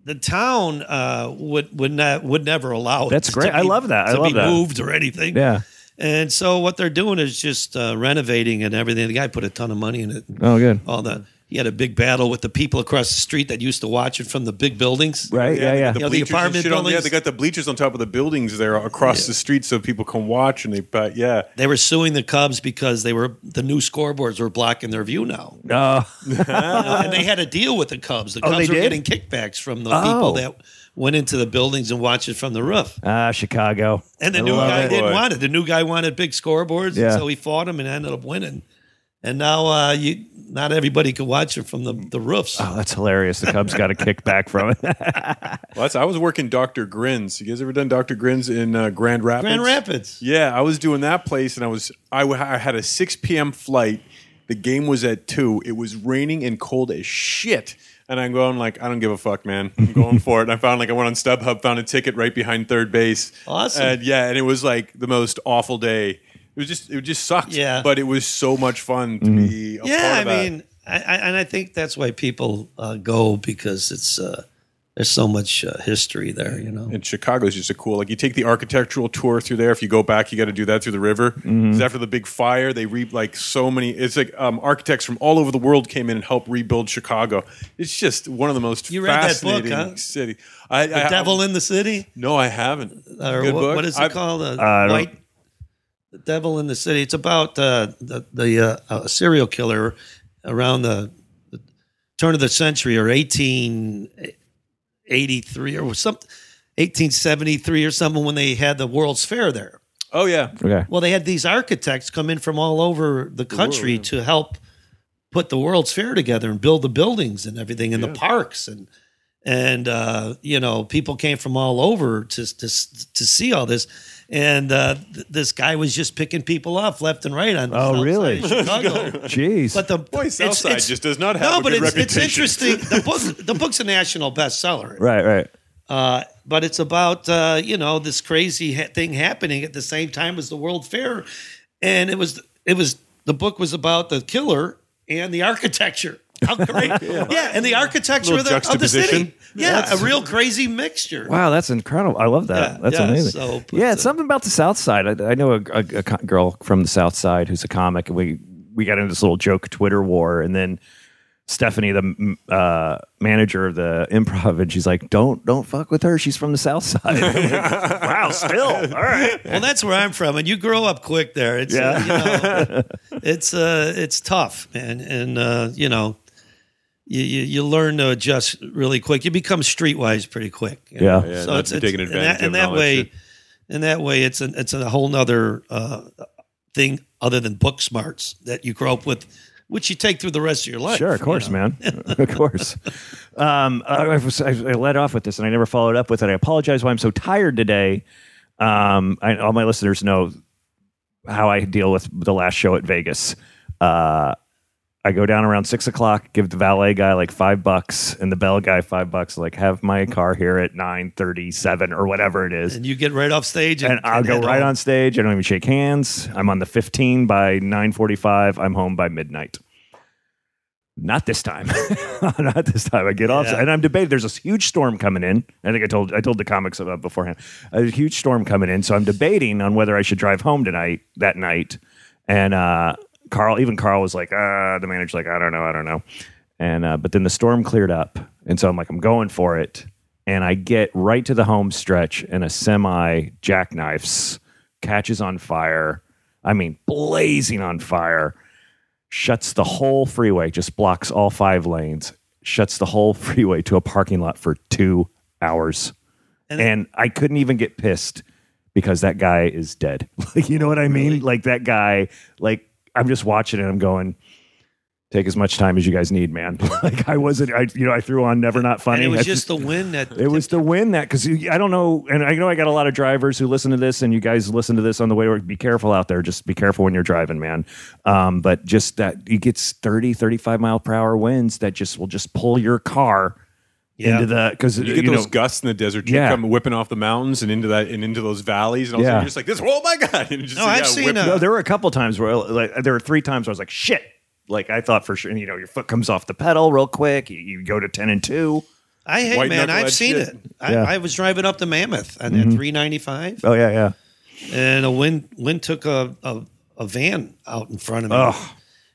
B: the town uh, would would not would never allow it.
A: That's
B: to
A: great. I
B: be-
A: love that. I
B: to
A: love
B: be
A: that.
B: moved or anything.
A: Yeah.
B: And so what they're doing is just uh, renovating and everything. The guy put a ton of money in it.
A: Oh, good.
B: All that. he had a big battle with the people across the street that used to watch it from the big buildings.
A: Right? Yeah, yeah.
E: The
B: You know, the
E: bleachers and
B: apartment
E: shit on- yeah,
B: buildings.
E: they got the bleachers on top of the buildings there across the street, so people can watch. And they, but yeah,
B: They were suing the Cubs because they were the new scoreboards were blocking their view now,
A: Uh,
B: and they had a deal with the Cubs. The
A: Oh,
B: Cubs
A: they did?
B: were getting kickbacks from the
A: Oh.
B: people that went into the buildings and watched it from the roof.
A: ah, Chicago.
B: And the
A: I
B: new
A: love
B: guy
A: it.
B: didn't
E: Boy.
B: want it. The new guy wanted big scoreboards,
A: Yeah.
B: and so he fought him and ended up winning. And now uh, you, not everybody could watch it from the, the roofs.
A: Oh, that's hilarious. The Cubs got a kickback from it.
E: well, that's, I was working Doctor Grins. You guys ever done Doctor Grins in uh, Grand Rapids?
B: Grand Rapids.
E: Yeah, I was doing that place, and I was I, w- I had a six p.m. flight. The game was at two. It was raining and cold as shit. And I'm going like, I don't give a fuck, man. I'm going for it. And I found like I went on StubHub, found a ticket right behind third base.
B: Awesome.
E: And yeah, and it was like the most awful day. It was just it just sucked.
B: Yeah.
E: But it was so much fun to be. A
B: Yeah,
E: part
B: I
E: of that.
B: mean, I, I, and I think that's why people uh, go because it's uh, there's so much uh, history there, you know.
E: And Chicago's just a cool. Like you take the architectural tour through there. If you go back, you got to do that through the river. 'Cause after the big fire, they re like so many. It's like um, architects from all over the world came in and helped rebuild Chicago. It's just one of the most
B: You read that book,
E: fascinating
B: huh?
E: city. I,
B: The Devil in the City,
E: No, I haven't.
B: or
E: Good
B: what-
E: book.
B: what is it
E: I've-
B: called? Uh,
A: I don't-
B: White, the Devil in the City. It's about uh, the the uh, a serial killer around the, the turn of the century, or eighteen eighty three, or something, eighteen seventy three, or something, when they had the World's Fair there.
E: Oh yeah,
A: Okay.
B: Well, they had these architects come in from all over the country to help put the World's Fair together and build the buildings and everything and the parks and and uh, you know people came from all over to to to see all this. And uh, th- this guy was just picking people off left and right on. the
A: Oh,
B: south
A: really?
B: side of Chicago.
A: Jeez.
B: But the
E: boy,
B: it's-
E: Southside
B: it's-
E: just does not have
B: no,
E: a
B: but
E: good
B: it's, it's
E: reputation.
B: interesting. The book the book's a national bestseller.
A: right, right.
B: Uh, but it's about uh, you know this crazy ha- thing happening at the same time as the World Fair, and it was it was the book was about the killer and the architecture. How great! yeah. and the architecture of the, of the
E: juxtaposition.
B: city. Yeah, a real crazy mixture.
A: Wow, that's incredible. I love that.
B: Yeah,
A: that's
B: yeah,
A: amazing.
B: so, but,
A: yeah, it's
B: uh,
A: something about the South Side. I, I know a, a- a co- girl from the South Side who's a comic, and we we got into this little joke Twitter war, and then Stephanie, the m- uh, manager of the Improv, and she's like, "Don't don't fuck with her. She's from the South Side." wow, still all right.
B: Well, that's where I'm from, and you grow up quick there. It's uh, you know, it's uh, it's tough, man, and uh, you know. You, you, you learn to adjust really quick. You become streetwise pretty quick. you
A: Yeah.
B: know?
A: Yeah,
E: not to be taken
B: and
E: advantage
B: that,
E: of
B: and
E: and
B: that
E: all that
B: way,
E: shit.
B: and that way, it's an, it's a whole nother uh, thing other than book smarts that you grow up with, which you take through the rest of your life.
A: Sure, of
B: you
A: course,
B: know?
A: man. of course. Um, I, I was, I, I led off with this and I never followed up with it. I apologize why I'm so tired today. Um, I, all my listeners know how I deal with the last show at Vegas. Uh, I go down around six o'clock, give the valet guy like five bucks and the bell guy five bucks, like have my car here at nine thirty-seven or whatever it is
B: And you get right off stage, and,
A: and I'll
B: and
A: go
B: head
A: right
B: home.
A: on stage. I don't even shake hands. I'm on the 15 by 9:45. I'm home by midnight. Not this time. Not this time. I get off,
B: Yeah.
A: and I'm debating. There's a huge storm coming in. I think I told I told the comics about beforehand. Uh, A huge storm coming in, so I'm debating on whether I should drive home tonight. That night, and uh, Carl, even Carl was like, uh, the manager's like, I don't know, I don't know. And uh, but then the storm cleared up, and so I'm like, I'm going for it. And I get right to the home stretch, and a semi jackknifes, catches on fire. I mean, blazing on fire. Shuts the whole freeway, just blocks all five lanes. Shuts the whole freeway to a parking lot for two hours, and,
B: And-
A: I couldn't even get pissed because that guy is dead. Like, you know what I mean? Like that guy. Like I'm just watching and I'm going take as much time as you guys need, man. like I wasn't, I you know, I threw on never not funny.
B: And it was
A: I-
B: just the win that
A: it was to win that because I don't know, and I know I got a lot of drivers who listen to this, and you guys listen to this on the way to work. Be careful out there. Just be careful when you're driving, man. Um, but just that it gets 30, 35 mile per hour winds that just will just pull your car
B: Yeah.
A: into the uh, because
E: You get those gusts in the desert. You
A: Yeah.
E: come whipping off the mountains and into that and into those valleys, and all of a
A: Yeah.
E: sudden you're just like, "This, oh my god!" And you just,
B: No, I've
E: yeah,
B: seen uh,
E: whip-
B: a-
A: No, oh, there were a couple times where like there were three times where I was like, shit. Like I thought for sure, and, you know, your foot comes off the pedal real quick. You, you go to ten and two.
B: I hey
E: White
B: man,
E: knucklehead
B: I've seen
E: shit.
B: it. I,
A: Yeah. Mm-hmm.
B: I was driving up the Mammoth on that 395,
A: Oh yeah, yeah.
B: and a wind wind took a, a a van out in front of me,
A: Ugh.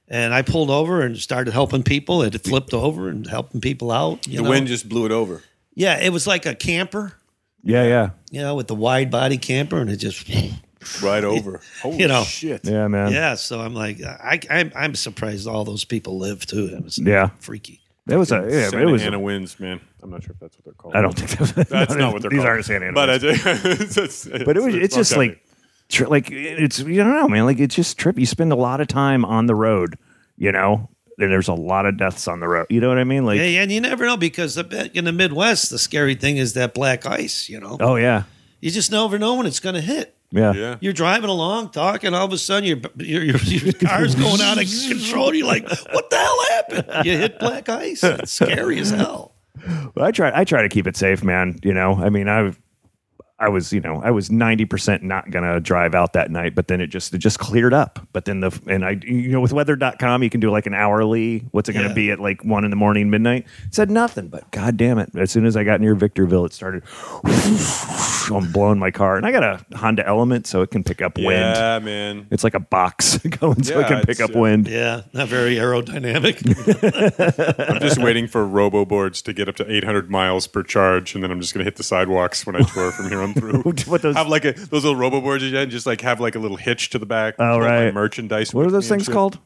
B: And I pulled over and started helping people. It had flipped over and helping people out. You
E: the
B: know?
E: wind just blew it over.
B: Yeah, it was like a camper,
A: Yeah, yeah,
B: you know, with the wide body camper, and it just,
E: Right over. Holy
B: You know.
E: shit.
A: yeah, man.
B: yeah. So I'm like, I, I'm, I'm surprised all those people live too. It was
A: Yeah.
B: freaky.
A: It was a. Yeah, it
E: Santa
A: was.
E: Ana
A: I
E: winds, man. I'm not sure if that's what they're called.
A: I don't think that,
E: That's not what they're
A: these
E: called.
A: aren't Santa Ana.
E: But, I,
A: winds.
E: it's, it's,
A: but it was. It's just
E: fucked up.
A: like, tri- like it's. You don't know, man. Like it's just trip. You spend a lot of time on the road. You know, and there's a lot of deaths on the road. You know what I mean? Like,
B: Yeah, yeah, and you never know because the, back in the Midwest, the scary thing is that black ice. You know,
A: oh yeah,
B: you just never know when it's going to hit.
A: yeah,
E: yeah.
B: You're driving along, talking, all of a sudden your your, your, your car's going out of control. and You're like, what the hell happened? You hit black ice. It's scary as hell.
A: Well, I try. I try to keep it safe, man. You know, I mean, I, I was, you know, I was ninety percent not gonna drive out that night, but then it just it just cleared up. But then the and I, you know, with weather.com, you can do like an hourly. What's it gonna
B: Yeah.
A: be at like one in the morning, midnight? It said nothing, but god damn it! As soon as I got near Victorville, it started. I'm blowing my car, and I got a Honda Element, so it can pick up wind.
E: Yeah, man.
A: It's like a box going, so
E: Yeah,
A: it can pick
E: it's,
A: up
E: uh,
A: wind.
B: Yeah, not very aerodynamic.
E: I'm just waiting for robo boards to get up to 800 miles per charge, and then I'm just gonna hit the sidewalks when I tour from here on through.
A: What those-
E: Have like a, those little robo boards again, just like have like a little hitch to the back.
A: Oh,
E: All right,
A: right.
E: merchandise.
A: What are
E: with
A: those
E: me and
A: things
E: shit.
A: called?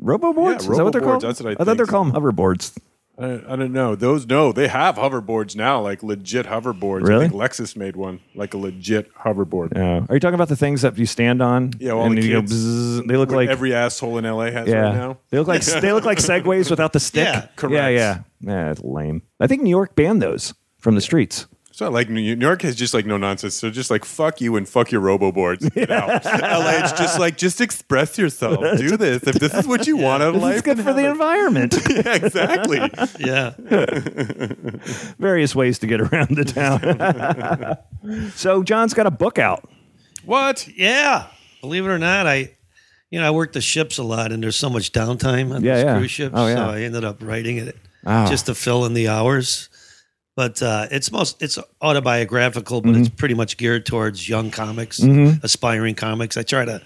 A: Robo boards? Is that what they're
E: roboboards,
A: called?
E: that's what I
A: thought
E: think.
A: they're called hoverboards.
E: I don't, I don't know. Those no, they have hoverboards now, like legit hoverboards.
A: Really?
E: I think Lexus made one, like a legit hoverboard.
A: Yeah. Are you talking about the things that you stand on?
E: Yeah, well,
A: and
E: the
A: you go
E: kids-
A: bzzz, they look
E: What
A: like
E: every asshole in LA has
A: yeah.
E: right now.
A: They look like they look like segways without the stick.
B: Yeah,
E: correct.
A: Yeah, yeah. Yeah, it's lame. I think New York banned those from the streets.
E: It's not like New New York has just like no nonsense. So just like fuck you and fuck your robo boards. Get out. LA is just like just express yourself. Do this if this is what you want out of
A: It's
E: life.
A: good for the environment.
E: yeah, exactly.
B: yeah,
A: Various ways to get around the town. so John's got a book out.
E: what?
B: yeah. Believe it or not, I. You know, I work the ships a lot, and there's so much downtime on
A: Yeah,
B: these
A: yeah.
B: cruise ships.
A: Oh, yeah.
B: So I ended up writing it
A: Ah.
B: just to fill in the hours. But uh, it's most it's autobiographical, but
A: Mm-hmm.
B: it's pretty much geared towards young comics, aspiring comics. I try to,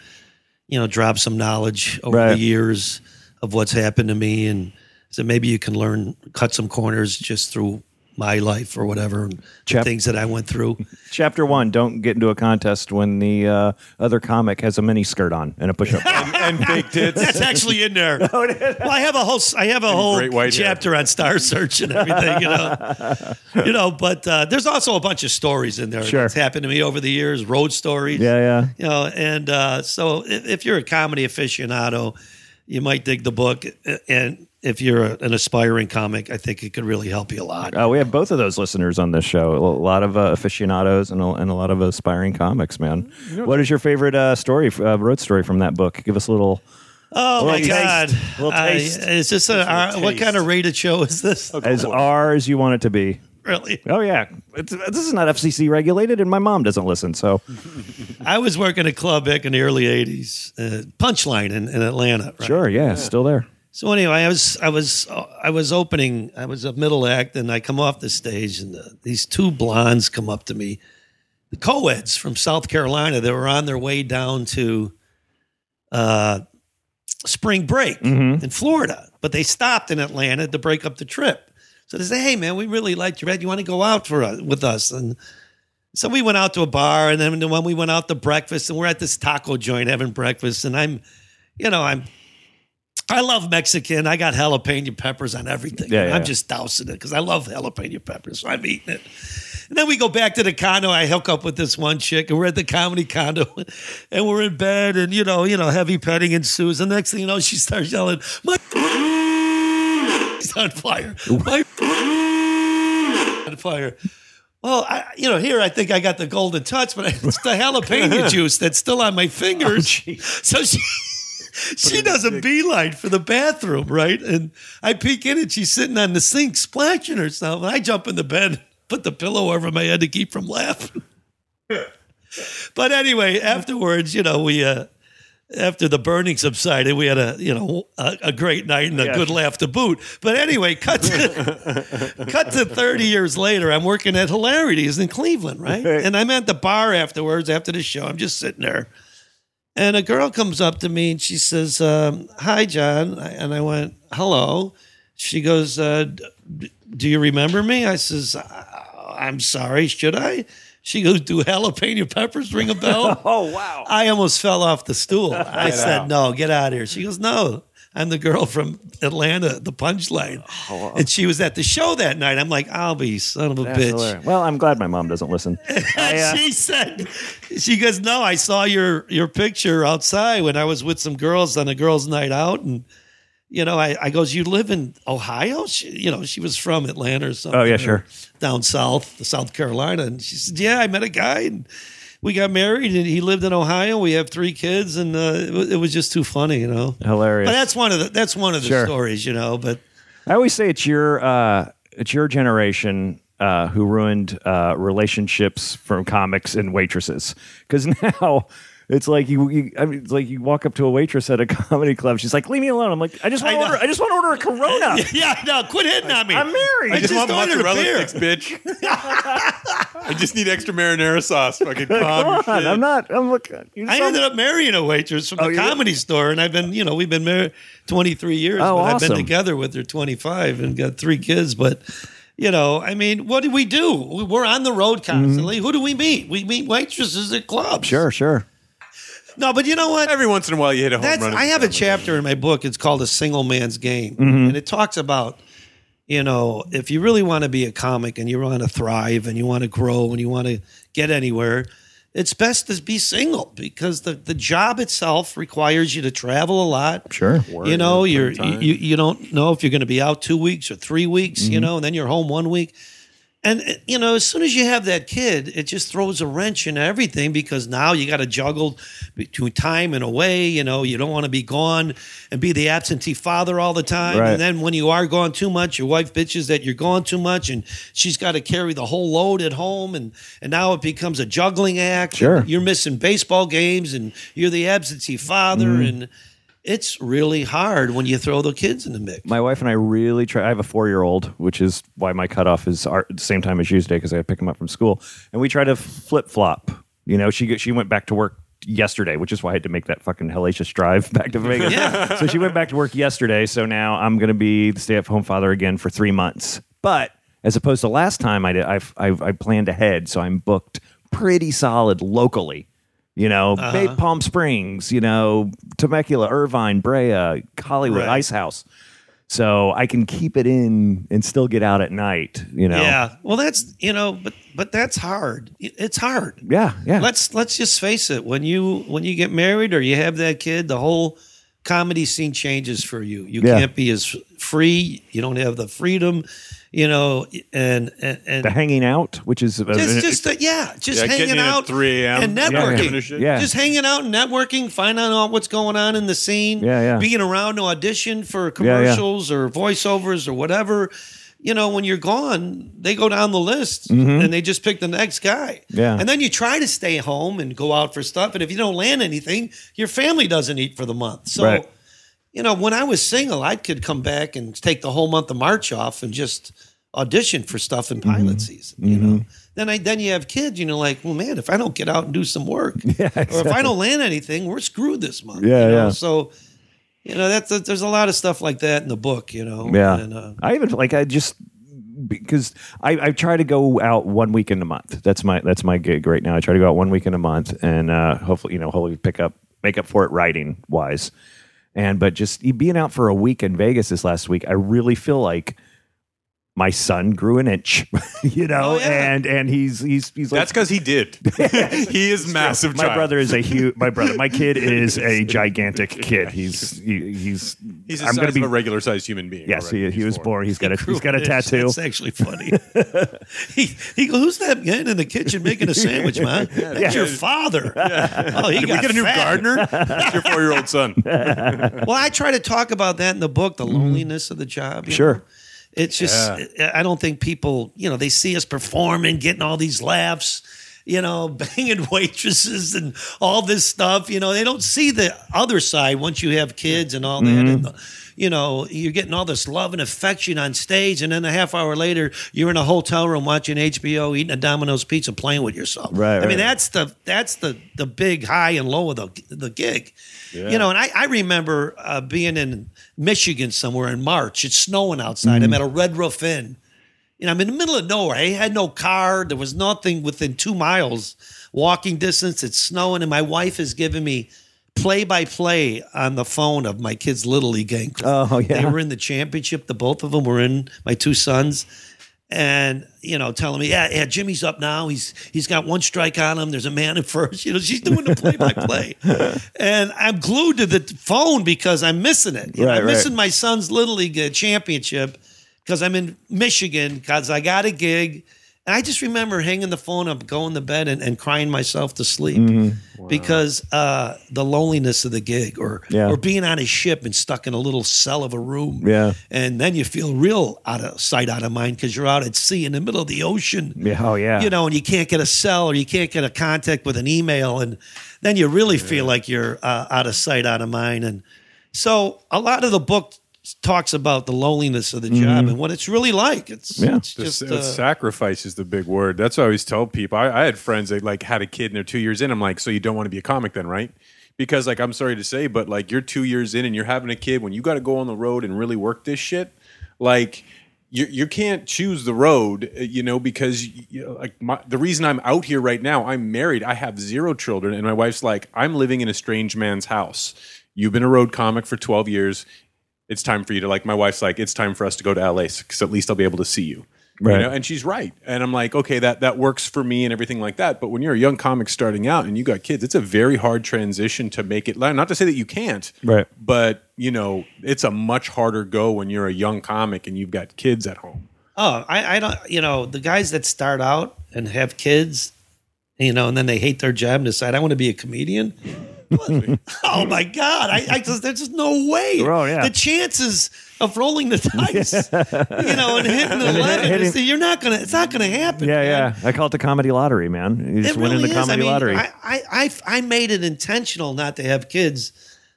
B: you know, drop some knowledge over
A: Right.
B: the years of what's happened to me, and so maybe you can learn, cut some corners just through my life or whatever, and the
A: Chap-
B: things that I went through.
A: Chapter one: Don't get into a contest when the uh, other comic has a mini skirt on and a push-up.
E: And fake tits.
B: That's actually in there.
A: Oh,
B: well, I have a whole I have a
E: great
B: whole
E: white hair.
B: chapter on Star Search and everything, you know. you know, but uh, there's also a bunch of stories in there
A: Sure.
B: that's happened to me over the years, road stories.
A: yeah, yeah.
B: You know, and uh, so if, if you're a comedy aficionado, you might dig the book, and if you're a, an aspiring comic, I think it could really help you a lot.
A: Uh, we have both of those listeners on this show. A lot of uh, aficionados and a, and a lot of aspiring comics, man. what is your favorite uh, story, uh, road story from that book? Give us a little.
B: oh my
A: little taste.
B: God!
A: Little taste.
B: I, is this a, uh, what kind of rated show is this?
A: As R as you want it to be.
B: really?
A: Oh yeah, it's, this is not FCC regulated, and my mom doesn't listen. So
B: I was working a club back in the early '80s, uh, Punchline in, in Atlanta. Right?
A: sure, yeah, still there.
B: So anyway, I was I was I was opening. I was a middle act, and I come off the stage, and uh these two blondes come up to me, the co-eds from South Carolina. They were on their way down to uh, spring break in Florida, but they stopped in Atlanta to break up the trip. So they say, "Hey, man, we really liked your band. You want to go out for us, with us?" And so we went out to a bar, and then when we went out to breakfast, and we're at this taco joint having breakfast, and I'm, you know, I'm. I love Mexican. I got jalapeno peppers on everything.
A: Yeah, yeah,
B: I'm
A: yeah.
B: just dousing it because I love jalapeno peppers. So I'm eating it. And then we go back to the condo. I hook up with this one chick, and we're at the comedy condo, and we're in bed, and you know, you know, heavy petting ensues. And next thing you know, she starts yelling, "My is on fire! My on fire!" Well, I, you know, here I think I got the golden touch, but it's the jalapeno juice that's still on my
A: Oh,
B: fingers. so she she does a beeline for the bathroom, right? And I peek in and she's sitting on the sink splashing herself. And I jump in the bed, put the pillow over my head to keep from laughing. but anyway, afterwards, you know, we, uh, after the burning subsided, we had a you know a, a great night and a good laugh to boot. But anyway, cut to, cut to thirty years later. I'm working at Hilarities in Cleveland, right? And I'm at the bar afterwards after the show. I'm just sitting there, And a girl comes up to me and she says, um, Hi, John. I- And I went, Hello. She goes, uh, d- Do you remember me? I says, "Uh, I'm sorry. Should I? She goes, Do jalapeno peppers ring a bell?
A: Oh wow.
B: I almost fell off the stool. I said, No, get out of here. She goes, No. I'm the girl from Atlanta, the punchline.
A: Oh,
B: and she was at the show that night. I'm like, I'll be son of a
A: That's
B: bitch.
A: hilarious. Well, I'm glad my mom doesn't listen. I, uh,
B: she said, she goes, no, I saw your your picture outside when I was with some girls on a girls' night out, and you know, I, I goes, you live in Ohio? She, you know, she was from Atlanta or something.
A: Oh, yeah,
B: or
A: sure.
B: down south, South Carolina, and she said, yeah, I met a guy and we got married, and he lived in Ohio. We have three kids, and uh, it, was, it was just too funny, you know.
A: hilarious.
B: But that's one of the that's one of the
A: Sure.
B: stories, you know. But
A: I always say it's your uh, it's your generation uh, who ruined uh, relationships from comics and waitresses because now. It's like you, you I mean, it's like you walk up to a waitress at a comedy club. She's like, "Leave me alone." I'm like, "I just want
B: I
A: to
B: know.
A: order. I just want to order a Corona."
B: yeah, no, quit hitting on me.
A: I'm married.
B: I
E: I just,
B: just
E: want
B: ordered a
E: mozzarella
B: beer.
E: sticks, bitch. I just need extra marinara sauce. Fucking calm your
A: Come on,
E: shit.
A: I'm not. I'm looking. you
B: I
A: saw-
B: ended up marrying a waitress from
A: Oh,
B: the
A: you did?
B: comedy store, and I've been, you know, we've been married 23 years,
A: Oh,
B: but I've been
A: awesome.
B: together with her 25 and got three kids. But, you know, I mean, what do we do? We- We're on the road constantly. Who do we meet? We meet waitresses at clubs.
A: Mm-hmm. Sure, sure.
B: No, but you know what?
E: Every once in a while, you hit a home
B: That's,
E: run.
B: I have a chapter in my book. It's called A Single Man's Game.
E: Mm-hmm.
B: And it talks about, you know, if you really want to be a comic and you want to thrive and you want to grow and you want to get anywhere, it's best to be single because the, the job itself requires you to travel a lot.
A: Sure.
B: You know, you're you, you don't know if you're going to be out two weeks or three weeks,
A: Mm-hmm.
B: you know, and then you're home one week. And uh, you know, as soon as you have that kid, it just throws a wrench in everything because now you got to juggle between time and away. You know, you don't want to be gone and be the absentee father all the time.
A: Right.
B: And then when you are gone too much, your wife bitches that you're gone too much, and she's got to carry the whole load at home. And and now it becomes a juggling act.
A: Sure.
B: you're missing baseball games, and you're the absentee father,
A: Mm-hmm.
B: and it's really hard when you throw the kids in the mix.
A: my wife and I really try. I have a four year old, which is why my cutoff is our, the same time as you today because I pick him up from school, and we try to flip flop. You know, she she went back to work yesterday, which is why I had to make that fucking hellacious drive back to Vegas.
B: Yeah.
A: So she went back to work yesterday. So now I'm going to be the stay at home father again for three months. But as opposed to last time, I did, I, I, I planned ahead, so I'm booked pretty solid locally. You know,
B: Uh-huh.
A: Bay- Palm Springs, you know, Temecula, Irvine, Brea, Hollywood,
B: Right.
A: Ice House so I can keep it in and still get out at night. You know.
B: Yeah. Well, that's you know, but but that's hard. It's hard.
A: Yeah. Yeah.
B: Let's let's just face it. When you when you get married or you have that kid, the whole comedy scene changes for you. You
A: Yeah.
B: can't be as free. You don't have the freedom. You know, and and, and
A: the hanging out, which is
B: just just uh, yeah, just
E: Yeah, getting
B: hanging
E: in at
B: out
E: 3 a.m.
B: and
E: Yeah,
B: networking.
E: giving a shit.
A: Yeah.
B: Just hanging out and networking, finding out what's going on in the scene.
A: Yeah, yeah.
B: Being around to audition for
A: yeah.
B: commercials or voiceovers or whatever. You know, when you're gone, they go down the list and they just pick the next guy.
A: Mm-hmm. Yeah.
B: And then you try to stay home and go out for stuff. And if you don't land anything, your family doesn't eat for the month. So
A: Right.
B: you know, when I was single, I could come back and take the whole month of March off and just audition for stuff in pilot
A: Mm-hmm.
B: season. You know, then I then you have kids, you know, like, well, man, if I don't get out and do some work, or if I don't land anything, we're screwed this month.
A: Yeah,
B: you know?
A: yeah.
B: So, you know, that's there's a lot of stuff like that in the book. You know,
A: yeah.
B: And, uh,
A: I even like I just because I, I try to go out one weekend a month. That's my that's my gig right now. I try to go out one weekend a month and uh, hopefully you know hopefully pick up make up for it writing wise. And but just e- being out for a week in Vegas this last week, I really feel like my son grew an inch, you know,
B: Oh, yeah.
A: and and he's he's he's like
E: That's because he did. he is massive.
A: my
E: child.
A: brother is a huge my brother my kid is a gigantic kid he's he, he's
E: He's the
A: i'm
E: size
A: gonna be
E: of a regular sized human being.
A: yes he,
E: already.
A: he was
E: four.
A: born he's got a he's got a
B: It's-
A: tattoo
B: It's actually funny. he, he goes, "Who's that man in the kitchen making a sandwich, man? That's your father. Oh, he
E: Did we
B: got
E: get a new
B: fat.
E: gardener? It's your four year old son.
B: Well, I try to talk about that in the book, the loneliness of the job. you
A: Mm-hmm. Sure.
B: know? It's just, I don't think people, you know, they see us performing, getting all these laughs, you know, banging waitresses and all this stuff. You know, they don't see the other side once you have kids and all that. And the, you know, you're getting all this love and affection on stage, and then a half hour later, you're in a hotel room watching HBO, eating a Domino's pizza, playing with yourself.
A: Right,
B: I
A: right.
B: mean, that's the that's the the big high and low of the the gig. You know, and I, I remember uh, being in Michigan somewhere in March. It's snowing outside.
A: Mm-hmm.
B: I'm at a Red Roof Inn you know, I'm in the middle of nowhere. I had no car. There was nothing within two miles walking distance. It's snowing, and my wife is giving me play by play on the phone of my kids' little league game.
A: Oh, yeah.
B: They were in the championship. The both of them were in. My two sons. And you know, telling me, yeah, yeah, Jimmy's up now. He's he's got one strike on him. There's a man at first. You know, she's doing the play by play, and I'm glued to the phone because I'm missing it. You know,
A: Right,
B: I'm
A: right.
B: missing my son's little league uh, championship because I'm in Michigan because I got a gig. And I just remember hanging the phone up, going to bed, and, and crying myself to sleep
A: Mm-hmm.
B: because uh, the loneliness of the gig, or
A: Yeah.
B: or being on a ship and stuck in a little cell of a room,
A: Yeah.
B: and then you feel real out of sight, out of mind because you're out at sea in the middle of the ocean,
A: Yeah. Oh yeah.
B: you know, and you can't get a cell or you can't get a contact with an email, and then you really feel like you're uh, out of sight, out of mind. And so, a lot of the book talks about the loneliness of the job and what it's really like. It's,
A: Mm-hmm. Yeah.
B: it's
E: The
B: just
E: s-
B: uh,
E: sacrifice is the big word. That's what I always tell people. I, I had friends that like had a kid and they're two years in. I'm like, so you don't want to be a comic then, right? Because like I'm sorry to say, but like you're two years in and you're having a kid when you got to go on the road and really work this shit. Like you you can't choose the road, uh, you know, because you- you, like my, the reason I'm out here right now, I'm married, I have zero children, and my wife's like, I'm living in a strange man's house. You've been a road comic for 12 years. It's time for you to like. My wife's like, it's time for us to go to LA because at least I'll be able to see you.
A: Right.
E: You know, and she's right. And I'm like, okay, that that works for me and everything like that. But when you're a young comic starting out and you got kids, it's a very hard transition to make it. Not to say that you can't,
A: Right.
E: But you know, it's a much harder go when you're a young comic and you've got kids at home.
B: Oh, I, I don't. You know, the guys that start out and have kids, you know, and then they hate their job and decide I want to be a comedian. What? oh my God! I, I just there's just no way.
A: Oh, yeah.
B: The chances of rolling the dice, you know, and hitting the eleven,
A: hitting-
B: is- you're not gonna. It's not gonna happen.
A: Yeah,
B: man.
A: yeah. I call it the comedy lottery, man. You just
B: It
A: win in
B: really
A: the
B: is.
A: comedy
B: I mean,
A: lottery.
B: I, I, I, I made it intentional not to have kids.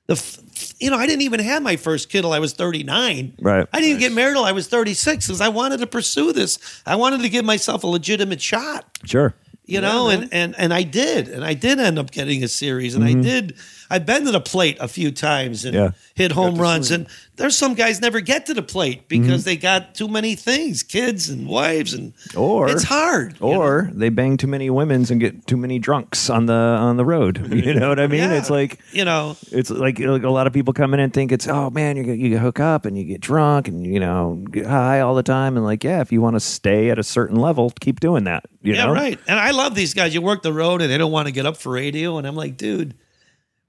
B: The, f- f- you know, I didn't even have my first kid till I was 39.
A: Right.
B: I didn't even get married till I was 36 because I wanted to pursue this. I wanted to give myself a legitimate shot
A: sure.
B: you know, and, and and I did, and I did end up getting a series, and I did. I bended a plate a few times and
A: Mm-hmm. Yeah.
B: hit home runs, and there's some guys never get to the plate
A: Mm-hmm.
B: because they got too many things, kids and wives, and
A: Or-
B: it's hard. you know?
A: Or they bang too many women's and get too many drunks on the on the road. You know what I mean?
B: Yeah.
A: It's like
B: you know,
A: it's like, like a lot of people come in and think it's oh man you get- you hook up and you get drunk and you know get high all the time and like yeah if you want to stay at a certain level keep doing that you
B: yeah,
A: know
B: right. And I love these guys. You work the road, and they don't want to get up for radio, and I'm like, dude,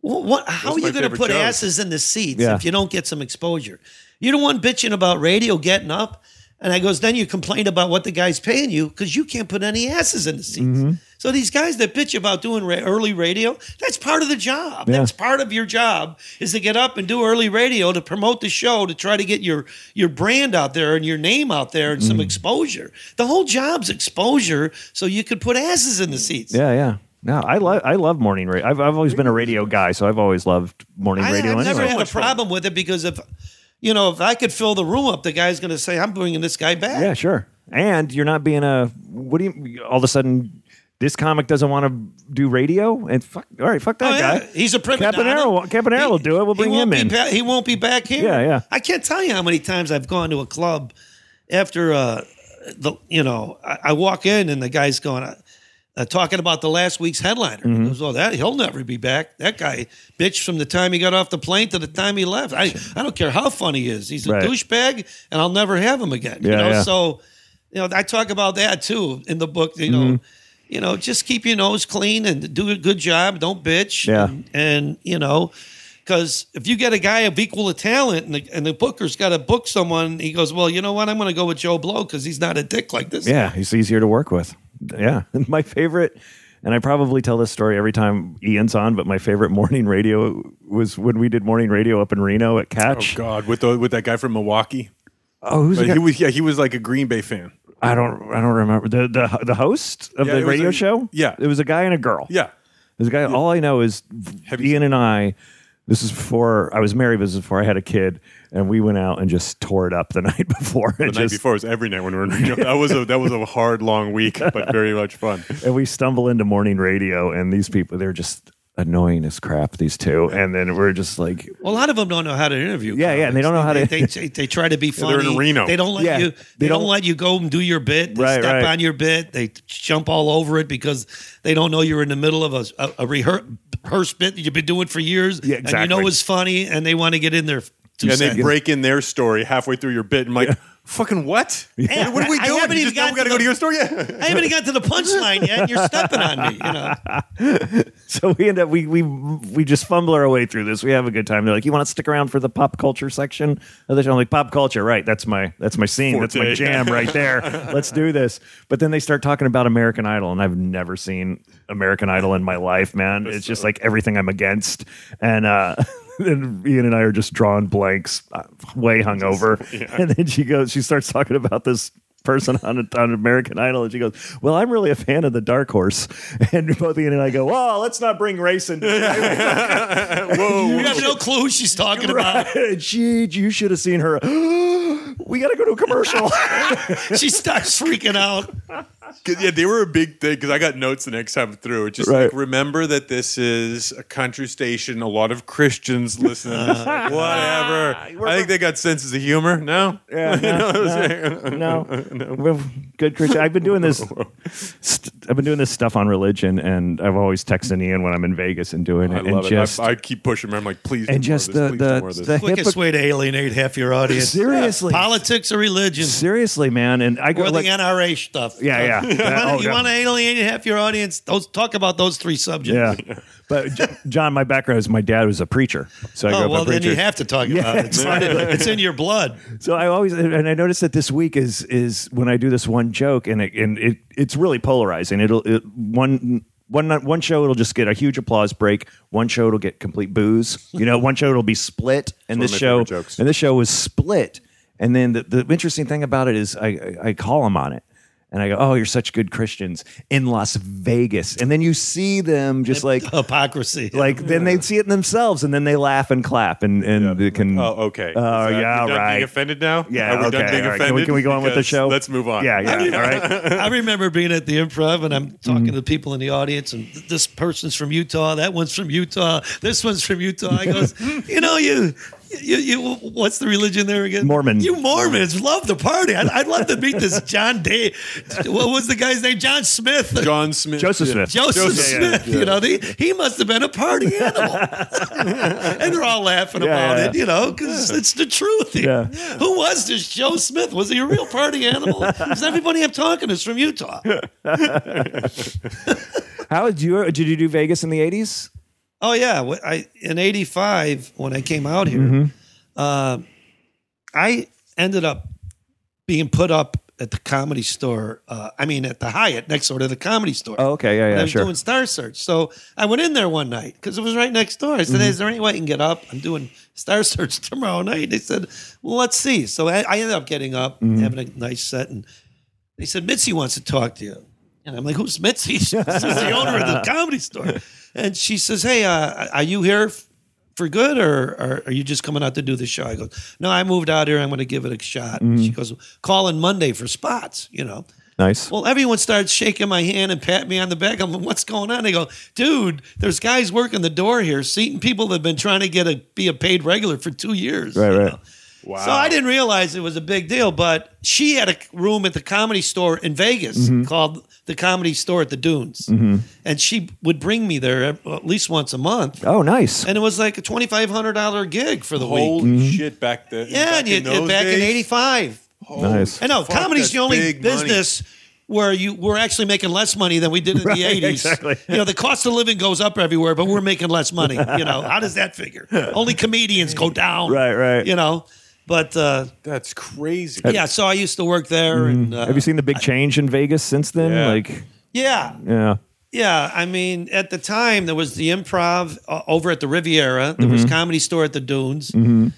B: what? what how
E: Those
B: are
E: are
B: you
E: my
B: going to
E: favorite
B: put
E: shows.
B: asses in the seats
A: Yeah.
B: if you don't get some exposure? You're the one bitching about radio getting up, and I goes, then you complain about what the guy's paying you because you can't put any asses in the seats. So these guys that bitch about doing ra- early radio, that's part of the job.
A: Yeah.
B: That's part of your job is to get up and do early radio to promote the show to try to get your your brand out there and your name out there and some exposure. The whole job's exposure, so you could put asses in the seats.
A: yeah yeah no I love I love morning radio I've I've always been a radio guy so I've always loved morning
B: I,
A: radio
B: I've
A: anyway.
B: never had a problem with it because if you know if I could fill the room up, the guy's going to say, "I'm bringing this guy back."
A: Yeah, sure. And you're not being a what do you all of a sudden this comic doesn't want to do radio and fuck all right fuck that
B: Oh,
A: guy.
B: yeah. He's a prick.
A: Campanella will- Campanella will do it. We'll bring him in.
B: he won't be back here.
A: Yeah, yeah.
B: I can't tell you how many times I've gone to a club after uh, the you know I, I walk in and the guy's going uh, uh, talking about the last week's headliner.
A: Mm-hmm.
B: He goes, "Oh, that he'll never be back. That guy bitched from the time he got off the plane to the time he left. I I don't care how funny he is. He's a
A: Right.
B: douchebag, and I'll never have him again. you
A: Yeah,
B: know,
A: yeah.
B: so you know I talk about that too in the book. You know.
A: Mm-hmm.
B: You know, just keep your nose clean and do a good job. Don't bitch.
A: Yeah.
B: And, and, you know, because if you get a guy of equal talent and the, and the booker's got to book someone, he goes, well, you know what? I'm going to go with Joe Blow because he's not a dick like this.
A: Yeah, he's easier to work with. Yeah. My favorite and I probably tell this story every time Ian's on, but my favorite morning radio was when we did morning radio up in Reno at
E: Oh
A: Catch.
E: God, with the, with that guy from Milwaukee,
A: Oh, who's the
E: But
A: guy?
E: he was yeah, he was like a Green Bay fan.
A: I don't I don't remember the the, the host of
E: Yeah, it
A: the
E: was
A: radio
E: a-
A: show.
E: yeah.
A: it was a guy and a girl.
E: Yeah,
A: This guy, all I know is
E: Have you
A: Ian and I This is before I was married. This is before I had a kid, and we went out and just tore it up the night before.
E: The night before was every night when we were in New York. That was a that was a hard, long week, but very much fun.
A: and we stumble into morning radio, and these people they're just annoying as crap. These two, and then we're just like,
B: Well, a lot of them don't know how to interview.
A: Yeah, yeah, and they don't know how
B: comics.
A: to-
B: They, they, they try to be funny.
E: they're in Reno.
B: They don't let
A: Yeah,
B: you. They,
A: they
B: don't,
A: don't-
B: let you go and do your bit. They
A: Right,
B: step
A: right.
B: on your bit. They jump all over it because they don't know you're in the middle of a a, a rehear- rehearsed bit that you've been doing for years.
A: Yeah,
B: And you know
A: exactly.
B: it's funny, and they want to get in there. Two
E: and they
B: cents.
E: break in their story halfway through your bit and like, fucking what? What- What are we
B: I
E: doing?
B: haven't
E: You
B: even
E: just
B: gotten
E: don't gotta
B: to
E: go
B: the-
E: to your story yet.
B: I haven't even got to the punchline yet. and You're stepping on me. You know.
A: so we end up we we we just fumble our way through this. We have a good time. They're like, you want to stick around for the pop culture section of the show? I'm like, pop culture, right? That's my that's my scene. That's my
E: Forte.
A: jam right there. Let's do this. But then they start talking about American Idol, and I've never seen American Idol in my life, man. It's just like everything I'm against, and. uh And Ian and I are just drawing blanks, uh, way hungover. And then she goes, she starts talking about this person on, on American Idol, and she goes, "Well, I'm really a fan of the Dark Horse." And both Ian and I go, "Oh, let's not bring race into it."
B: You have no clue who she's talking about.
A: And she, you should have seen her. we got to go to a commercial.
B: She starts freaking out.
E: 'Cause, yeah, they were a big thing because I got notes the next time through. It's just
A: Right.
E: like remember that this is a country station. A lot of Christians listen. to this. Like, Whatever. I think they got senses of humor. No,
A: Yeah, no, no, Well, good Christian. I've been doing this. St- I've been doing this stuff on religion, and I've always texted Ian when I'm in Vegas and doing it,
E: I
A: and
E: love
A: just
E: it. I, I keep pushing. them. I'm like, please. do
A: and
E: more of
A: just
E: this.
A: the
E: Please do more of
A: the
E: this.
A: the
B: Quickest
A: hypocr-
B: way to alienate half your audience.
A: Seriously.
B: Politics or religion.
A: seriously, man. And I go
B: Or
A: like,
B: the NRA stuff.
A: yeah, yeah.
B: You wanna-
A: Oh,
B: you
A: yeah.
B: want to alienate half your audience? Those talk about those three subjects.
A: Yeah. But J- John, my background is my dad was a preacher. So I grew
B: Oh
A: up
B: well,
A: a preacher.
B: then you have to talk about it. It's, not- it's in your blood.
A: so I always and I noticed that this week is is when I do this one joke and it and it it's really polarizing. It'll it, one one one show it'll just get a huge applause break. One show it'll get complete booze. You know, one show it'll be split, and
E: It's
A: this
E: one
A: show
E: of my favorite jokes.
A: and this show was split. And then the, the interesting thing about it is I, I I call him on it. And I go, oh, you're such good Christians in Las Vegas. And then you see them just like
B: Hypocrisy.
A: like then they see it in themselves and then they laugh and clap and and they can
E: Oh, okay.
A: oh
E: Is that-
A: yeah
E: we're done
A: right
E: Being offended now?
A: yeah
E: Are we
A: okay
E: done being
A: all right.
E: offended?
A: can, we, can we go on with the
E: Because
A: show
E: Let's move on.
A: yeah yeah all right
B: I remember being at the improv and I'm
A: Mm-hmm.
B: talking to people in the audience, and th- this person's from Utah, that one's from Utah, this one's from Utah. I goes, you know, you, you, you, what's the religion there again?
A: Mormon.
B: You Mormons love the party. I'd, I'd love to meet this John Day. What was the guy's name? John Smith.
E: John Smith.
A: Joseph Smith
B: Joseph
E: Joseph, yeah,
B: Smith, you know, they, he must have been a party animal. and they're all laughing
A: Yeah,
B: about
A: yeah,
B: it, you know, because it's the truth.
A: Yeah.
B: Who was this Joe Smith? Was he a real party animal? Because everybody I'm talking to is from Utah.
A: how did you did you do Vegas in the eighties
B: Oh yeah, Wh- I in '85 when I came out here, uh, I ended up being put up at the comedy store. Uh, I mean, at the Hyatt next door to the comedy store.
A: oh okay yeah
B: when I
A: yeah
B: was
A: sure
B: doing Star Search. So I went in there one night because it was right next door. I said,
A: Mm-hmm.
B: "Is there any way I can get up? I'm doing Star Search tomorrow night." They said, "Well, let's see." So I, I ended up getting up,
A: Mm-hmm.
B: having a nice set, and they said, "Mitzi wants to talk to you." And I'm like, "Who's Mitzi?" She's the owner of the comedy store, and she says, "Hey, uh, are you here?" f- For good, or, or are you just coming out to do the show? I go, no, I moved out here. I'm going to give it a shot. She
A: Mm-hmm.
B: goes, call in Monday for spots, you know.
A: nice
B: Well, everyone started shaking my hand and patting me on the back. I'm like, what's going on? They go, dude, there's guys working the door here, seating people that have been trying to get a be a paid regular for two years.
A: Right,
B: you
A: right.
B: know? So I didn't realize it was a big deal, but she had a room at the comedy store in Vegas
A: Mm-hmm.
B: called the Comedy Store at the Dunes, and she would bring me there at at least once a month,
A: oh nice
B: and it was like a twenty five hundred dollar gig for the week.
E: Holy shit! Back then.
B: Mm-hmm. Yeah,
E: back
B: and you,
E: in those
B: back in
E: days?
B: eighty five.
A: nice
B: I know
E: Fuck,
B: comedy's
E: that's
B: the only
E: big money.
B: business where you we're actually making less money than we did in
A: Right,
B: the eighties.
A: exactly.
B: You know, the cost of living goes up everywhere, but we're making less money. You know, how does that figure? Only comedians go down.
A: Right, right.
B: You know, but uh,
E: That's crazy.
B: yeah. So I used to work there, and uh,
A: Mm-hmm. have you seen the big change in Vegas since then
E: Yeah.
A: like
B: yeah,
A: yeah
B: yeah. I mean, at the time there was the Improv uh, over at the Riviera. There
A: Mm-hmm.
B: was Comedy Store at the Dunes, and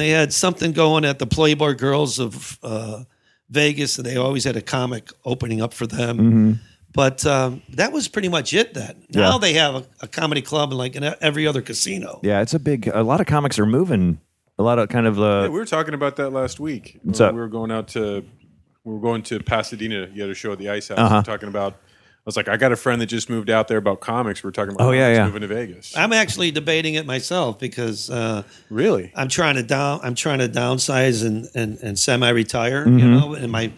B: they had something going at the Playboy
A: Mm-hmm.
B: Girls of uh, Vegas, and they always had a comic opening up for them. But um, that was pretty much it then. Now they have a, a comedy club in like in every other casino.
A: Yeah, it's a big. A lot of comics are moving. A lot of kind of
E: Yeah,
A: uh,
E: we were talking about that last week.
A: What's
E: we,
A: up?
E: we were going out to we were going to Pasadena. You had a show at the Ice House.
A: Uh-huh.
E: We were talking about. I was like, I got a friend that just moved out there about comics. We are talking about
A: Oh, yeah,
E: comics
A: yeah.
E: moving to Vegas.
B: I'm actually debating it myself because uh,
E: really?
B: I'm trying to down I'm trying to downsize and and, and semi retire, you know, and my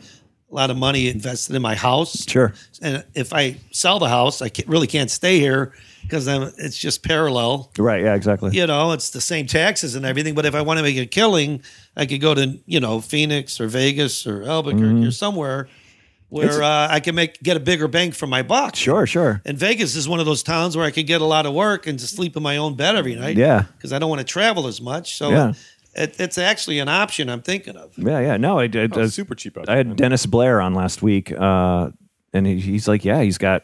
B: a lot of money invested in my house.
A: Mm-hmm. sure.
B: And if I sell the house, I can't, really can't stay here because I'm it's just parallel.
A: Right. Yeah. Exactly.
B: You know, it's the same taxes and everything. But if I want to make a killing, I could go to you know Phoenix or Vegas or Albuquerque or somewhere where uh, I can make get a bigger bank for my buck.
A: Sure. Sure.
B: And Vegas is one of those towns where I could get a lot of work and just sleep in my own bed every night.
A: Yeah.
B: Because I don't want to travel as much. So
A: Yeah.
B: it, it's actually an option I'm thinking of.
A: Yeah. Yeah. No, I did.
E: Oh, super cheap out
A: I
E: there.
A: had Dennis Blair on last week, uh, and he, he's like, "Yeah, he's got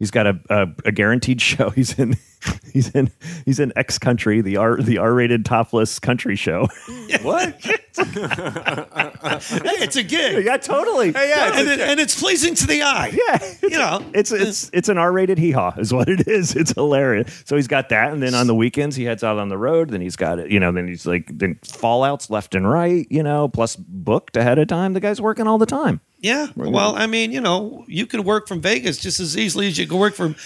A: he's got a, a, a guaranteed show. He's in he's in he's in X country, the R the R rated topless country show.
B: hey, it's a gig.
A: yeah, totally.
E: Hey, yeah, it's
B: And,
E: a
B: it,
E: check.
B: and it's pleasing to the eye.
A: Yeah.
B: You know,
A: It's it's it's an R-rated hee-haw is what it is. It's hilarious. So he's got that, and then on the weekends he heads out on the road. Then he's got it, you know. Then he's like then fallouts left and right, you know. Plus booked ahead of time. The guy's working all the time.
B: yeah. Well, I mean, you know, you could work from Vegas just as easily as you could work from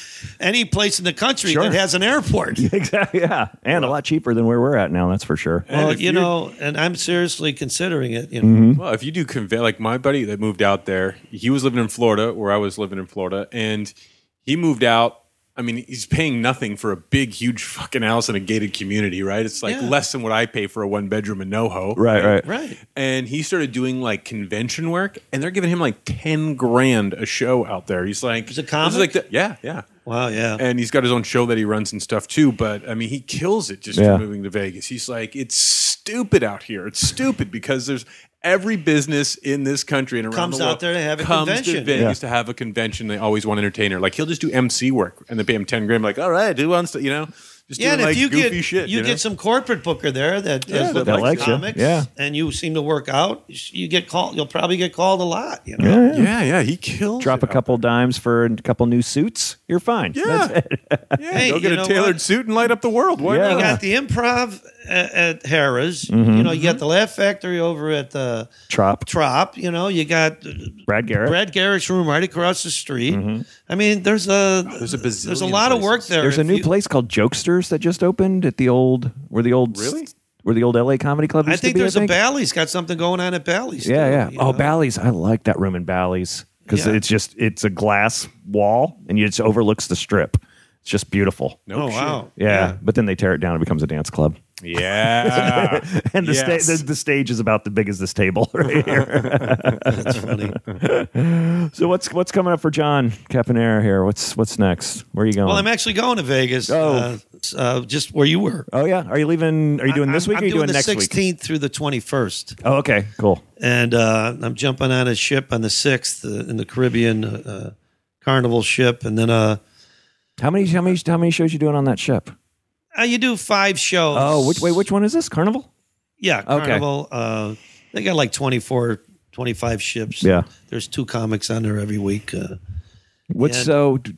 B: any place in the country
A: Sure.
B: that has an airport.
A: exactly. Yeah, and a lot cheaper than where we're at now. That's for sure.
B: Well,
E: if
B: you
E: you-
B: know, and I'm seriously considering it. You know,
E: Well, if you do convey, like my buddy that moved out there, he was living in Florida where I was living in Florida, and he moved out. I mean, he's paying nothing for a big, huge fucking house in a gated community, right? It's like
B: Yeah.
E: less than what I pay for a one bedroom in NoHo.
A: Right, right.
B: right?
E: And he started doing like convention work, and they're giving him like 10 grand a show out there. He's like,
B: a
E: this is
B: comic?
E: Like the, yeah, yeah.
B: Wow. Yeah.
E: And he's got his own show that he runs and stuff too. But I mean, he kills it just
A: Yeah.
E: for moving to Vegas. He's like, it's stupid out here. It's stupid because there's every business in this country and around
B: Comes
E: the world
B: out there to have a
E: comes
B: convention.
E: to Vegas to have a convention. They always want an entertainer. Like he'll just do MC work and they pay him ten grand. Like, all right, do wants to, you know, just
B: Yeah,
E: doing
B: and if
E: like
B: you
E: goofy
B: get
E: shit.
B: you,
E: know?
B: get some corporate booker there that yeah,
E: that
A: likes you.
B: comics,
A: Yeah.
B: and you seem to work out. You get called. You'll probably get called a lot. You know,
A: Yeah, yeah.
E: yeah, yeah. He kills.
A: Drop
E: it
A: a
E: out
A: couple dimes for a couple new suits. You're fine.
E: Yeah.
A: That's it.
E: there. Yeah,
B: Hey,
E: go get
B: you
E: a
B: know
E: tailored
B: what?
E: suit and light up the world. Why
A: Yeah.
E: not?
B: you got the improv at, at Harrah's. You know, you got the Laugh Factory over at the
A: Trop.
B: Trop. You know, you got
A: Brad Garrett.
B: Brad Garrett's room right across the street. I mean, there's a
E: there's a
B: there's a
E: bazillion
B: lot of work
E: places.
B: there.
A: Mm-hmm. There's a
B: If
A: new
B: you-
A: place called Jokesters that just opened at the old where the old
E: Really?
A: where the old LA Comedy Club.
B: I
A: Used
B: think
A: to be,
B: there's
A: I think.
B: a Bally's got something going on at Bally's.
A: Yeah,
B: too,
A: yeah.
B: you
A: Oh,
B: know?
A: Bally's. I like that room in Bally's because
B: Yeah.
A: it's just it's a glass wall and it just overlooks the strip. It's just beautiful.
E: No
B: Oh
E: shit.
B: wow.
A: Yeah, but then they tear it down and it becomes a dance club.
E: Yeah.
A: And the, sta-
E: Yes.
A: the the stage is about the big as this table right here.
B: That's funny.
A: so what's what's coming up for John Caponera here? What's what's next? Where are you going?
B: Well, I'm actually going to Vegas.
A: Oh.
B: Uh, uh, just where you were.
A: oh yeah, are you leaving? Are you doing this
B: I'm-
A: week?
B: I'm
A: or are you doing,
B: doing,
A: next
B: the
A: week?
B: 16th through the 21st,
A: Oh, okay, cool.
B: and uh, I'm jumping on a ship on the 6th uh, in the Caribbean uh, Carnival ship, and then uh,
A: How many how many how many shows you doing on that ship?
B: uh, you do five shows.
A: Oh, which wait, which one is this? Carnival?
B: Yeah,
A: Okay.
B: Carnival. Uh, they got like 24, 25 ships.
A: Yeah.
B: there's two comics on there every week. Uh,
A: What's
B: Yeah.
A: so? d-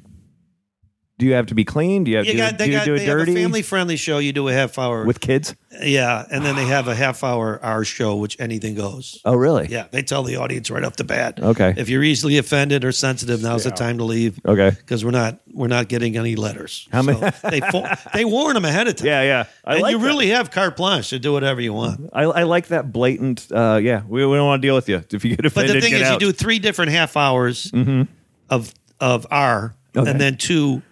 A: Do you have to be clean? Do you have
B: you
A: do,
B: got
A: do,
B: they
A: you
B: got
A: do
B: they
A: a
B: have
A: dirty
B: a family friendly show. You do a half hour
A: with kids?
B: yeah, and then they have a half hour our show, which anything goes.
A: Oh, really?
B: Yeah, they tell the audience right off the bat.
A: Okay.
B: If you're easily offended or sensitive, now's the time to leave.
A: Okay.
B: because we're not we're not getting any letters.
A: How many-
B: So they fo- they warn them ahead of time.
A: Yeah, yeah. I
B: and
A: like
B: you
A: that.
B: really have carte blanche to do whatever you want.
A: I, I like that blatant. Uh, yeah, we, we don't want to deal with you if you get
B: But
A: offended.
B: the thing
A: get
B: is,
A: out. Mm-hmm.
B: you do three different half hours of of R,
A: Okay.
B: and then two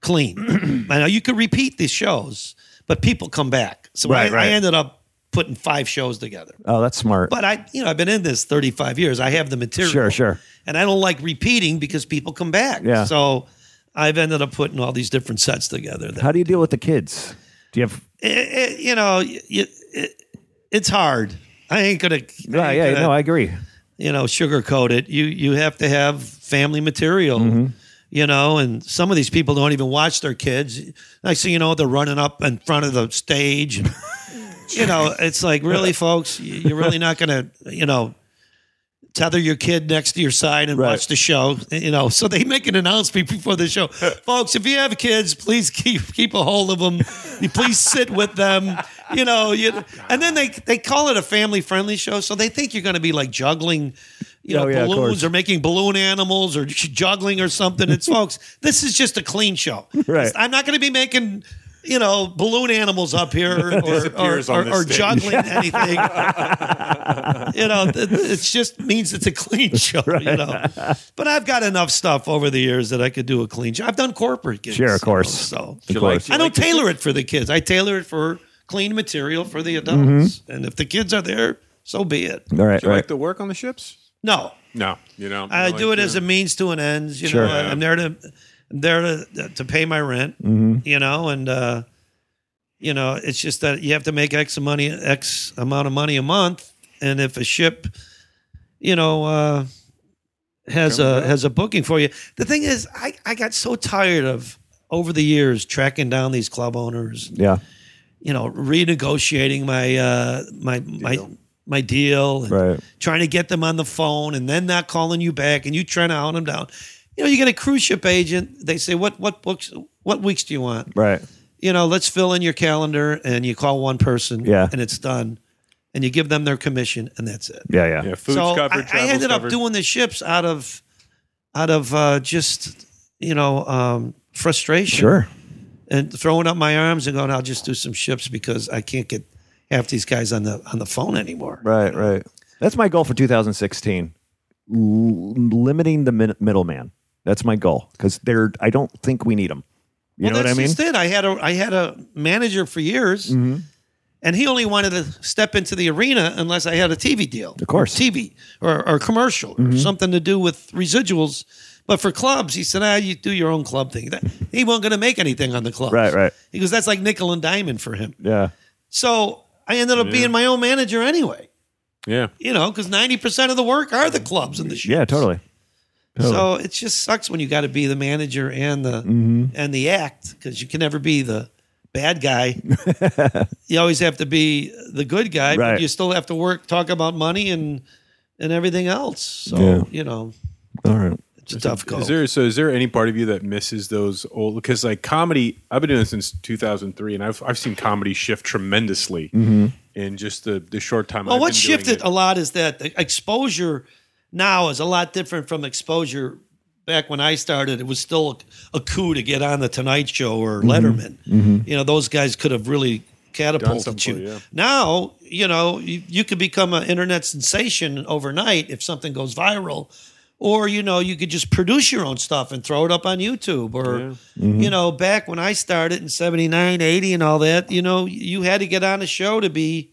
B: clean. I know you could repeat these shows, but people come back. So I,
A: Right, right.
B: I ended up putting five shows together.
A: Oh, that's smart.
B: But I, you know, I've been in this 35 years. I have the material.
A: Sure, sure.
B: And I don't like repeating because people come back.
A: Yeah.
B: So I've ended up putting all these different sets together.
A: How do you deal with the kids? Do you have?
B: it, it, you know, y y- it, it's hard. I ain't gonna,
A: Yeah,
B: ain't
A: oh, yeah.
B: gonna,
A: No, I agree.
B: you know, sugarcoat it. You you have to have family material, you know. And some of these people don't even watch their kids. Next thing you know, they're running up in front of the stage. And, you know, it's like really, folks, you- you're really not gonna, you know. tether your kid next to your side and
G: Right.
B: watch the show. You know, so they make an announcement before the show, folks. If you have kids, please keep keep a hold of them. You please sit with them. You know, you, and then they they call it a family friendly show, so they think you're going to be like juggling, you know,
G: Oh, yeah, of
B: balloons
G: course.
B: or making balloon animals or juggling or something. It's folks, this is just a clean show.
G: Right.
B: I'm not going to be making. You know, balloon animals up here, or, or,
E: Disappears on
B: or,
E: this
B: or
E: stage.
B: juggling anything you know, it just means it's a clean show, you know. But I've got enough stuff over the years that I could do a clean show. I've done corporate gigs.
A: Sure, of
B: you know,
A: course.
B: so
E: you like-
A: course.
E: you
B: I don't
E: like the-
B: tailor it for the kids. I tailor it for clean material for the adults.
A: Mm-hmm.
B: And if the kids are there, so be it.
G: All right,
E: Do you
G: right.
E: like the work on the ships?
B: No,
E: No, you know.
B: I do it as a means to an end. You
G: Sure.
B: know, I- I'm there to I'm there to to pay my rent. You know, and uh, you know, it's just that you have to make X money, X amount of money a month, and if a ship, you know, uh, has a has a booking for you. The thing is, I I got so tired of over the years tracking down these club owners
G: Yeah.
B: you know renegotiating my uh my my my deal and
G: Right.
B: trying to get them on the phone and then not calling you back and you trying to hunt them down you know you get a cruise ship agent they say what what books what weeks do you want
G: Right.
B: you know let's fill in your calendar and you call one person
G: Yeah.
B: and it's done and you give them their commission and that's it
G: Yeah. Yeah.
E: yeah, food's
B: so
E: covered,
B: I, I
E: travel's
B: ended
E: covered.
B: up doing the ships out of out of uh just you know um frustration
G: Sure.
B: and throwing up my arms and going, "I'll just do some ships because I can't get half these guys on the on the phone anymore."
G: Right. Right. That's my goal for 2016. L- limiting the min- middleman. That's my goal because they're. I don't think we need them. You
B: well,
G: know what I
B: that's
G: mean? Mm-hmm.
B: just it. I had a I had a manager for years, and he only wanted to step into the arena unless I had a TV deal, of
G: course. Mm-hmm.
B: TV or, or commercial or something to do with residuals. But for clubs, he said, "Ah, you do your own club thing." That, he wasn't going to make anything on the clubs,
G: Right, right.
B: He goes, "That's like nickel and diamond for him."
G: Yeah.
B: So I ended up being my own manager anyway,
E: yeah.
B: you know, because ninety percent of the work are the clubs and the
G: Yeah. Totally. Oh.
B: So it just sucks when you got to be the manager and the
G: Mm-hmm.
B: and the act because you can never be the bad guy. you always have to be the good guy,
G: Right.
B: but you still have to work, talk about money and and everything else. So
G: Yeah.
B: you know,
G: All right.
B: it's a tough go.
E: Is there so? Is there any part of you that misses those old? Because like comedy, I've been doing this since 2003, and I've I've seen comedy shift tremendously
G: Mm-hmm.
E: in just the the short time.
B: well,
E: I've
B: what
E: been doing
B: shifted
E: it.
B: a lot is that the exposure now is a lot different from exposure back when I started. It was still a, a coup to get on the Tonight Show or Letterman. You know, those guys could have really catapulted
E: something,
B: you.
E: yeah.
B: Now, you know, you, you could become an internet sensation overnight if something goes viral. Or, you know, you could just produce your own stuff and throw it up on YouTube. Or,
G: Mm-hmm.
B: you know, back when I started in 79, 80 and all that, you know, you had to get on a show to be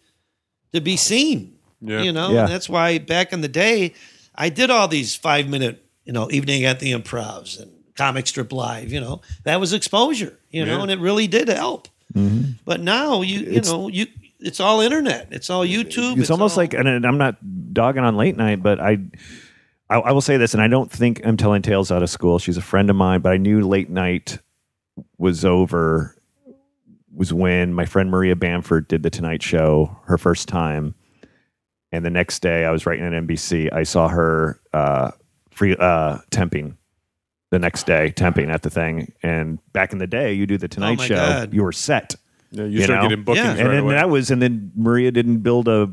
B: to be seen.
E: Yeah.
B: You know,
G: Yeah.
B: and that's why back in the day, I did all these five minute, you know, evening at the improvs and comic strip live, you know, that was exposure, you know,
E: Yeah.
B: and it really did help.
G: Mm-hmm.
B: But now you, you know, you, it's all internet. It's all YouTube.
G: it's, almost
B: all-
G: like and and i'm not dogging on late night but I, I i will say this and i don't think i'm telling tales out of school she's a friend of mine but i knew late night was over was when my friend maria bamford did the tonight show her first time and the next day i was writing at nbc i saw her uh free uh temping the next day temping at the thing and back in the day you do the tonight
B: Oh my
G: show
B: God.
G: you were set
E: Yeah, you,
G: you
E: start
G: know?
E: getting bookings
B: Yeah.
E: right
G: and then
E: away.
G: that was and then maria didn't build a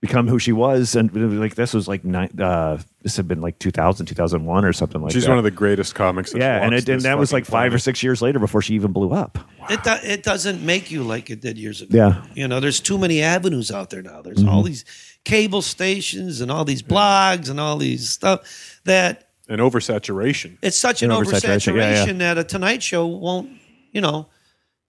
G: become who she was and it was like this was like nine uh this had been like 2000 2001 or something like
E: She's
G: that
E: one of the greatest comics. that's
G: yeah and, it,
E: walked
G: and
E: this
G: that was
E: fucking
G: like five or
E: planet.
G: six years later before she even blew up
B: it, do, it doesn't make you like it did years ago.
G: yeah Mm-hmm.
B: You know, there's too many avenues out there now. There's all these cable stations and all these blogs and all these stuff that
E: an oversaturation.
B: It's such an,
G: An
B: oversaturation,
G: oversaturation, yeah, yeah.
B: that a Tonight Show won't, you know.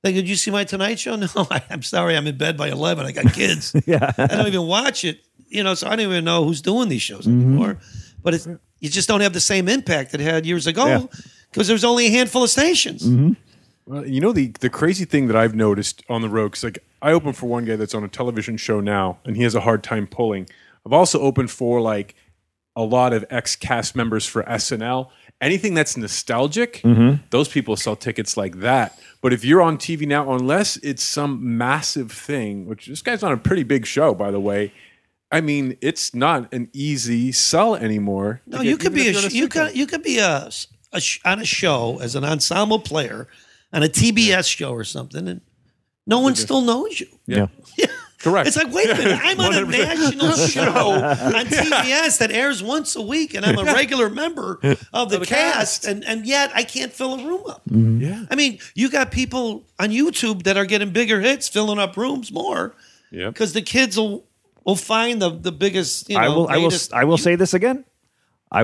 B: Like, did you see my Tonight Show? No, I, I'm sorry, I'm in bed by eleven. I got kids. yeah, I don't even watch it. You know, so I don't even know who's doing these shows
G: Mm-hmm.
B: anymore. But it's you just don't have the same impact it had years ago
G: Yeah.
B: because there's only a handful of stations.
E: Well, you know the the crazy thing that I've noticed on the road, 'cause, like I open for one guy that's on a television show now, and he has a hard time pulling. I've also opened for like a lot of ex cast members for SNL. Anything that's nostalgic, those people sell tickets like that. But if you're on TV now, unless it's some massive thing, which this guy's on a pretty big show, by the way, I mean, it's not an easy sell anymore.
B: No, you could be a sh- you could you could be a, s- a sh- on a show as an ensemble player on a TBS show or something, and no one still knows you.
A: Yeah.
E: correct.
B: It's like, wait a minute, I'm on a national show on TBS that airs once a week, and I'm a regular member of the, cast, and, and yet I can't fill a room up.
E: Yeah.
B: I mean, you got people on YouTube that are getting bigger hits, filling up rooms more
E: Yep.
B: because the kids will will find the the biggest. You know,
A: I will. I will.
B: latest-
A: I will say this again. I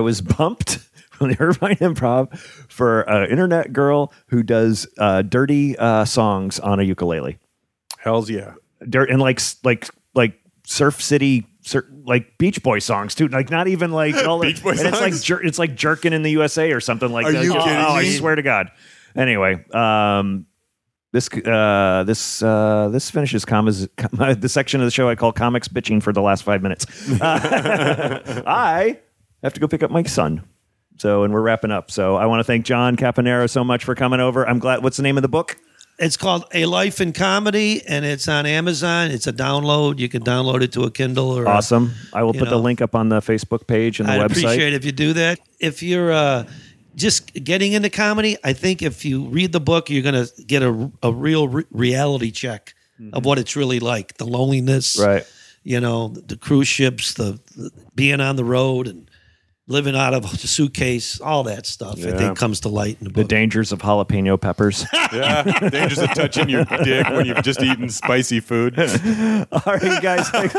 A: was bumped from the Irvine Improv for an internet girl who does uh, dirty uh, songs on a ukulele,
E: Hell's yeah.
A: dirt and like like like Surf City. Sur- like Beach Boy songs too, like not even like all
E: Beach Boy
A: and it's like
E: songs?
A: jer- it's like jerking in the USA or something like
E: Are
A: that.
E: you
A: oh,
E: kidding
A: oh, I
E: me?
A: swear to God. Anyway, um, this uh, this uh, this finishes commas com- the section of the show I call comics bitching for the last five minutes. Uh, I have to go pick up my son. So and we're wrapping up. So I want to thank John Caponero so much for coming over. I'm glad. What's the name of the book?
B: It's called A Life in Comedy, and it's on Amazon. It's a download. You can download it to a Kindle or a-
A: Awesome. I will
B: You
A: put the
B: know.
A: link up on the Facebook page and the
B: I'd
A: website.
B: appreciate it if you do that. If you're uh, just getting into comedy, I think if you read the book, you're going to get a, a real re- reality check of what it's really like the loneliness,
A: Mm-hmm. Right.
B: you know, the cruise ships, the, the being on the road and living out of a suitcase, all that stuff, I think comes to light in the
A: The
B: book.
A: dangers of jalapeno peppers.
E: Yeah. Dangers of touching your dick when you've just eaten spicy food.
A: All right, you guys. Thanks,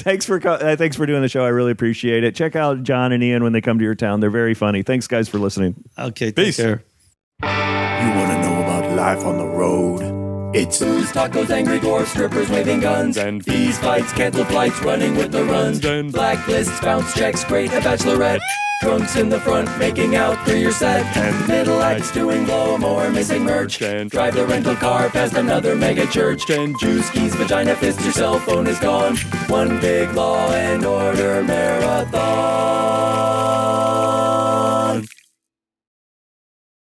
A: thanks for co- uh, thanks for doing the show. I really appreciate it. Check out John and Ian when they come to your town. They're very funny. Thanks, guys, for listening.
B: okay, take
E: Peace.
B: care.
C: You want to know about life on the road? It's
D: Booze, tacos, angry dwarfs, strippers waving guns,
E: And-
D: fees, fights, cancel flights, running with the runs,
E: And-
D: blacklists, bounce checks, great a bachelorette, trunks in the front, making out through your set, and middle acts doing blow more, missing merch,
E: And-
D: drive the rental car past another mega church,
E: And-
D: juice keys, vagina fist, your cell phone is gone, one big law and order marathon.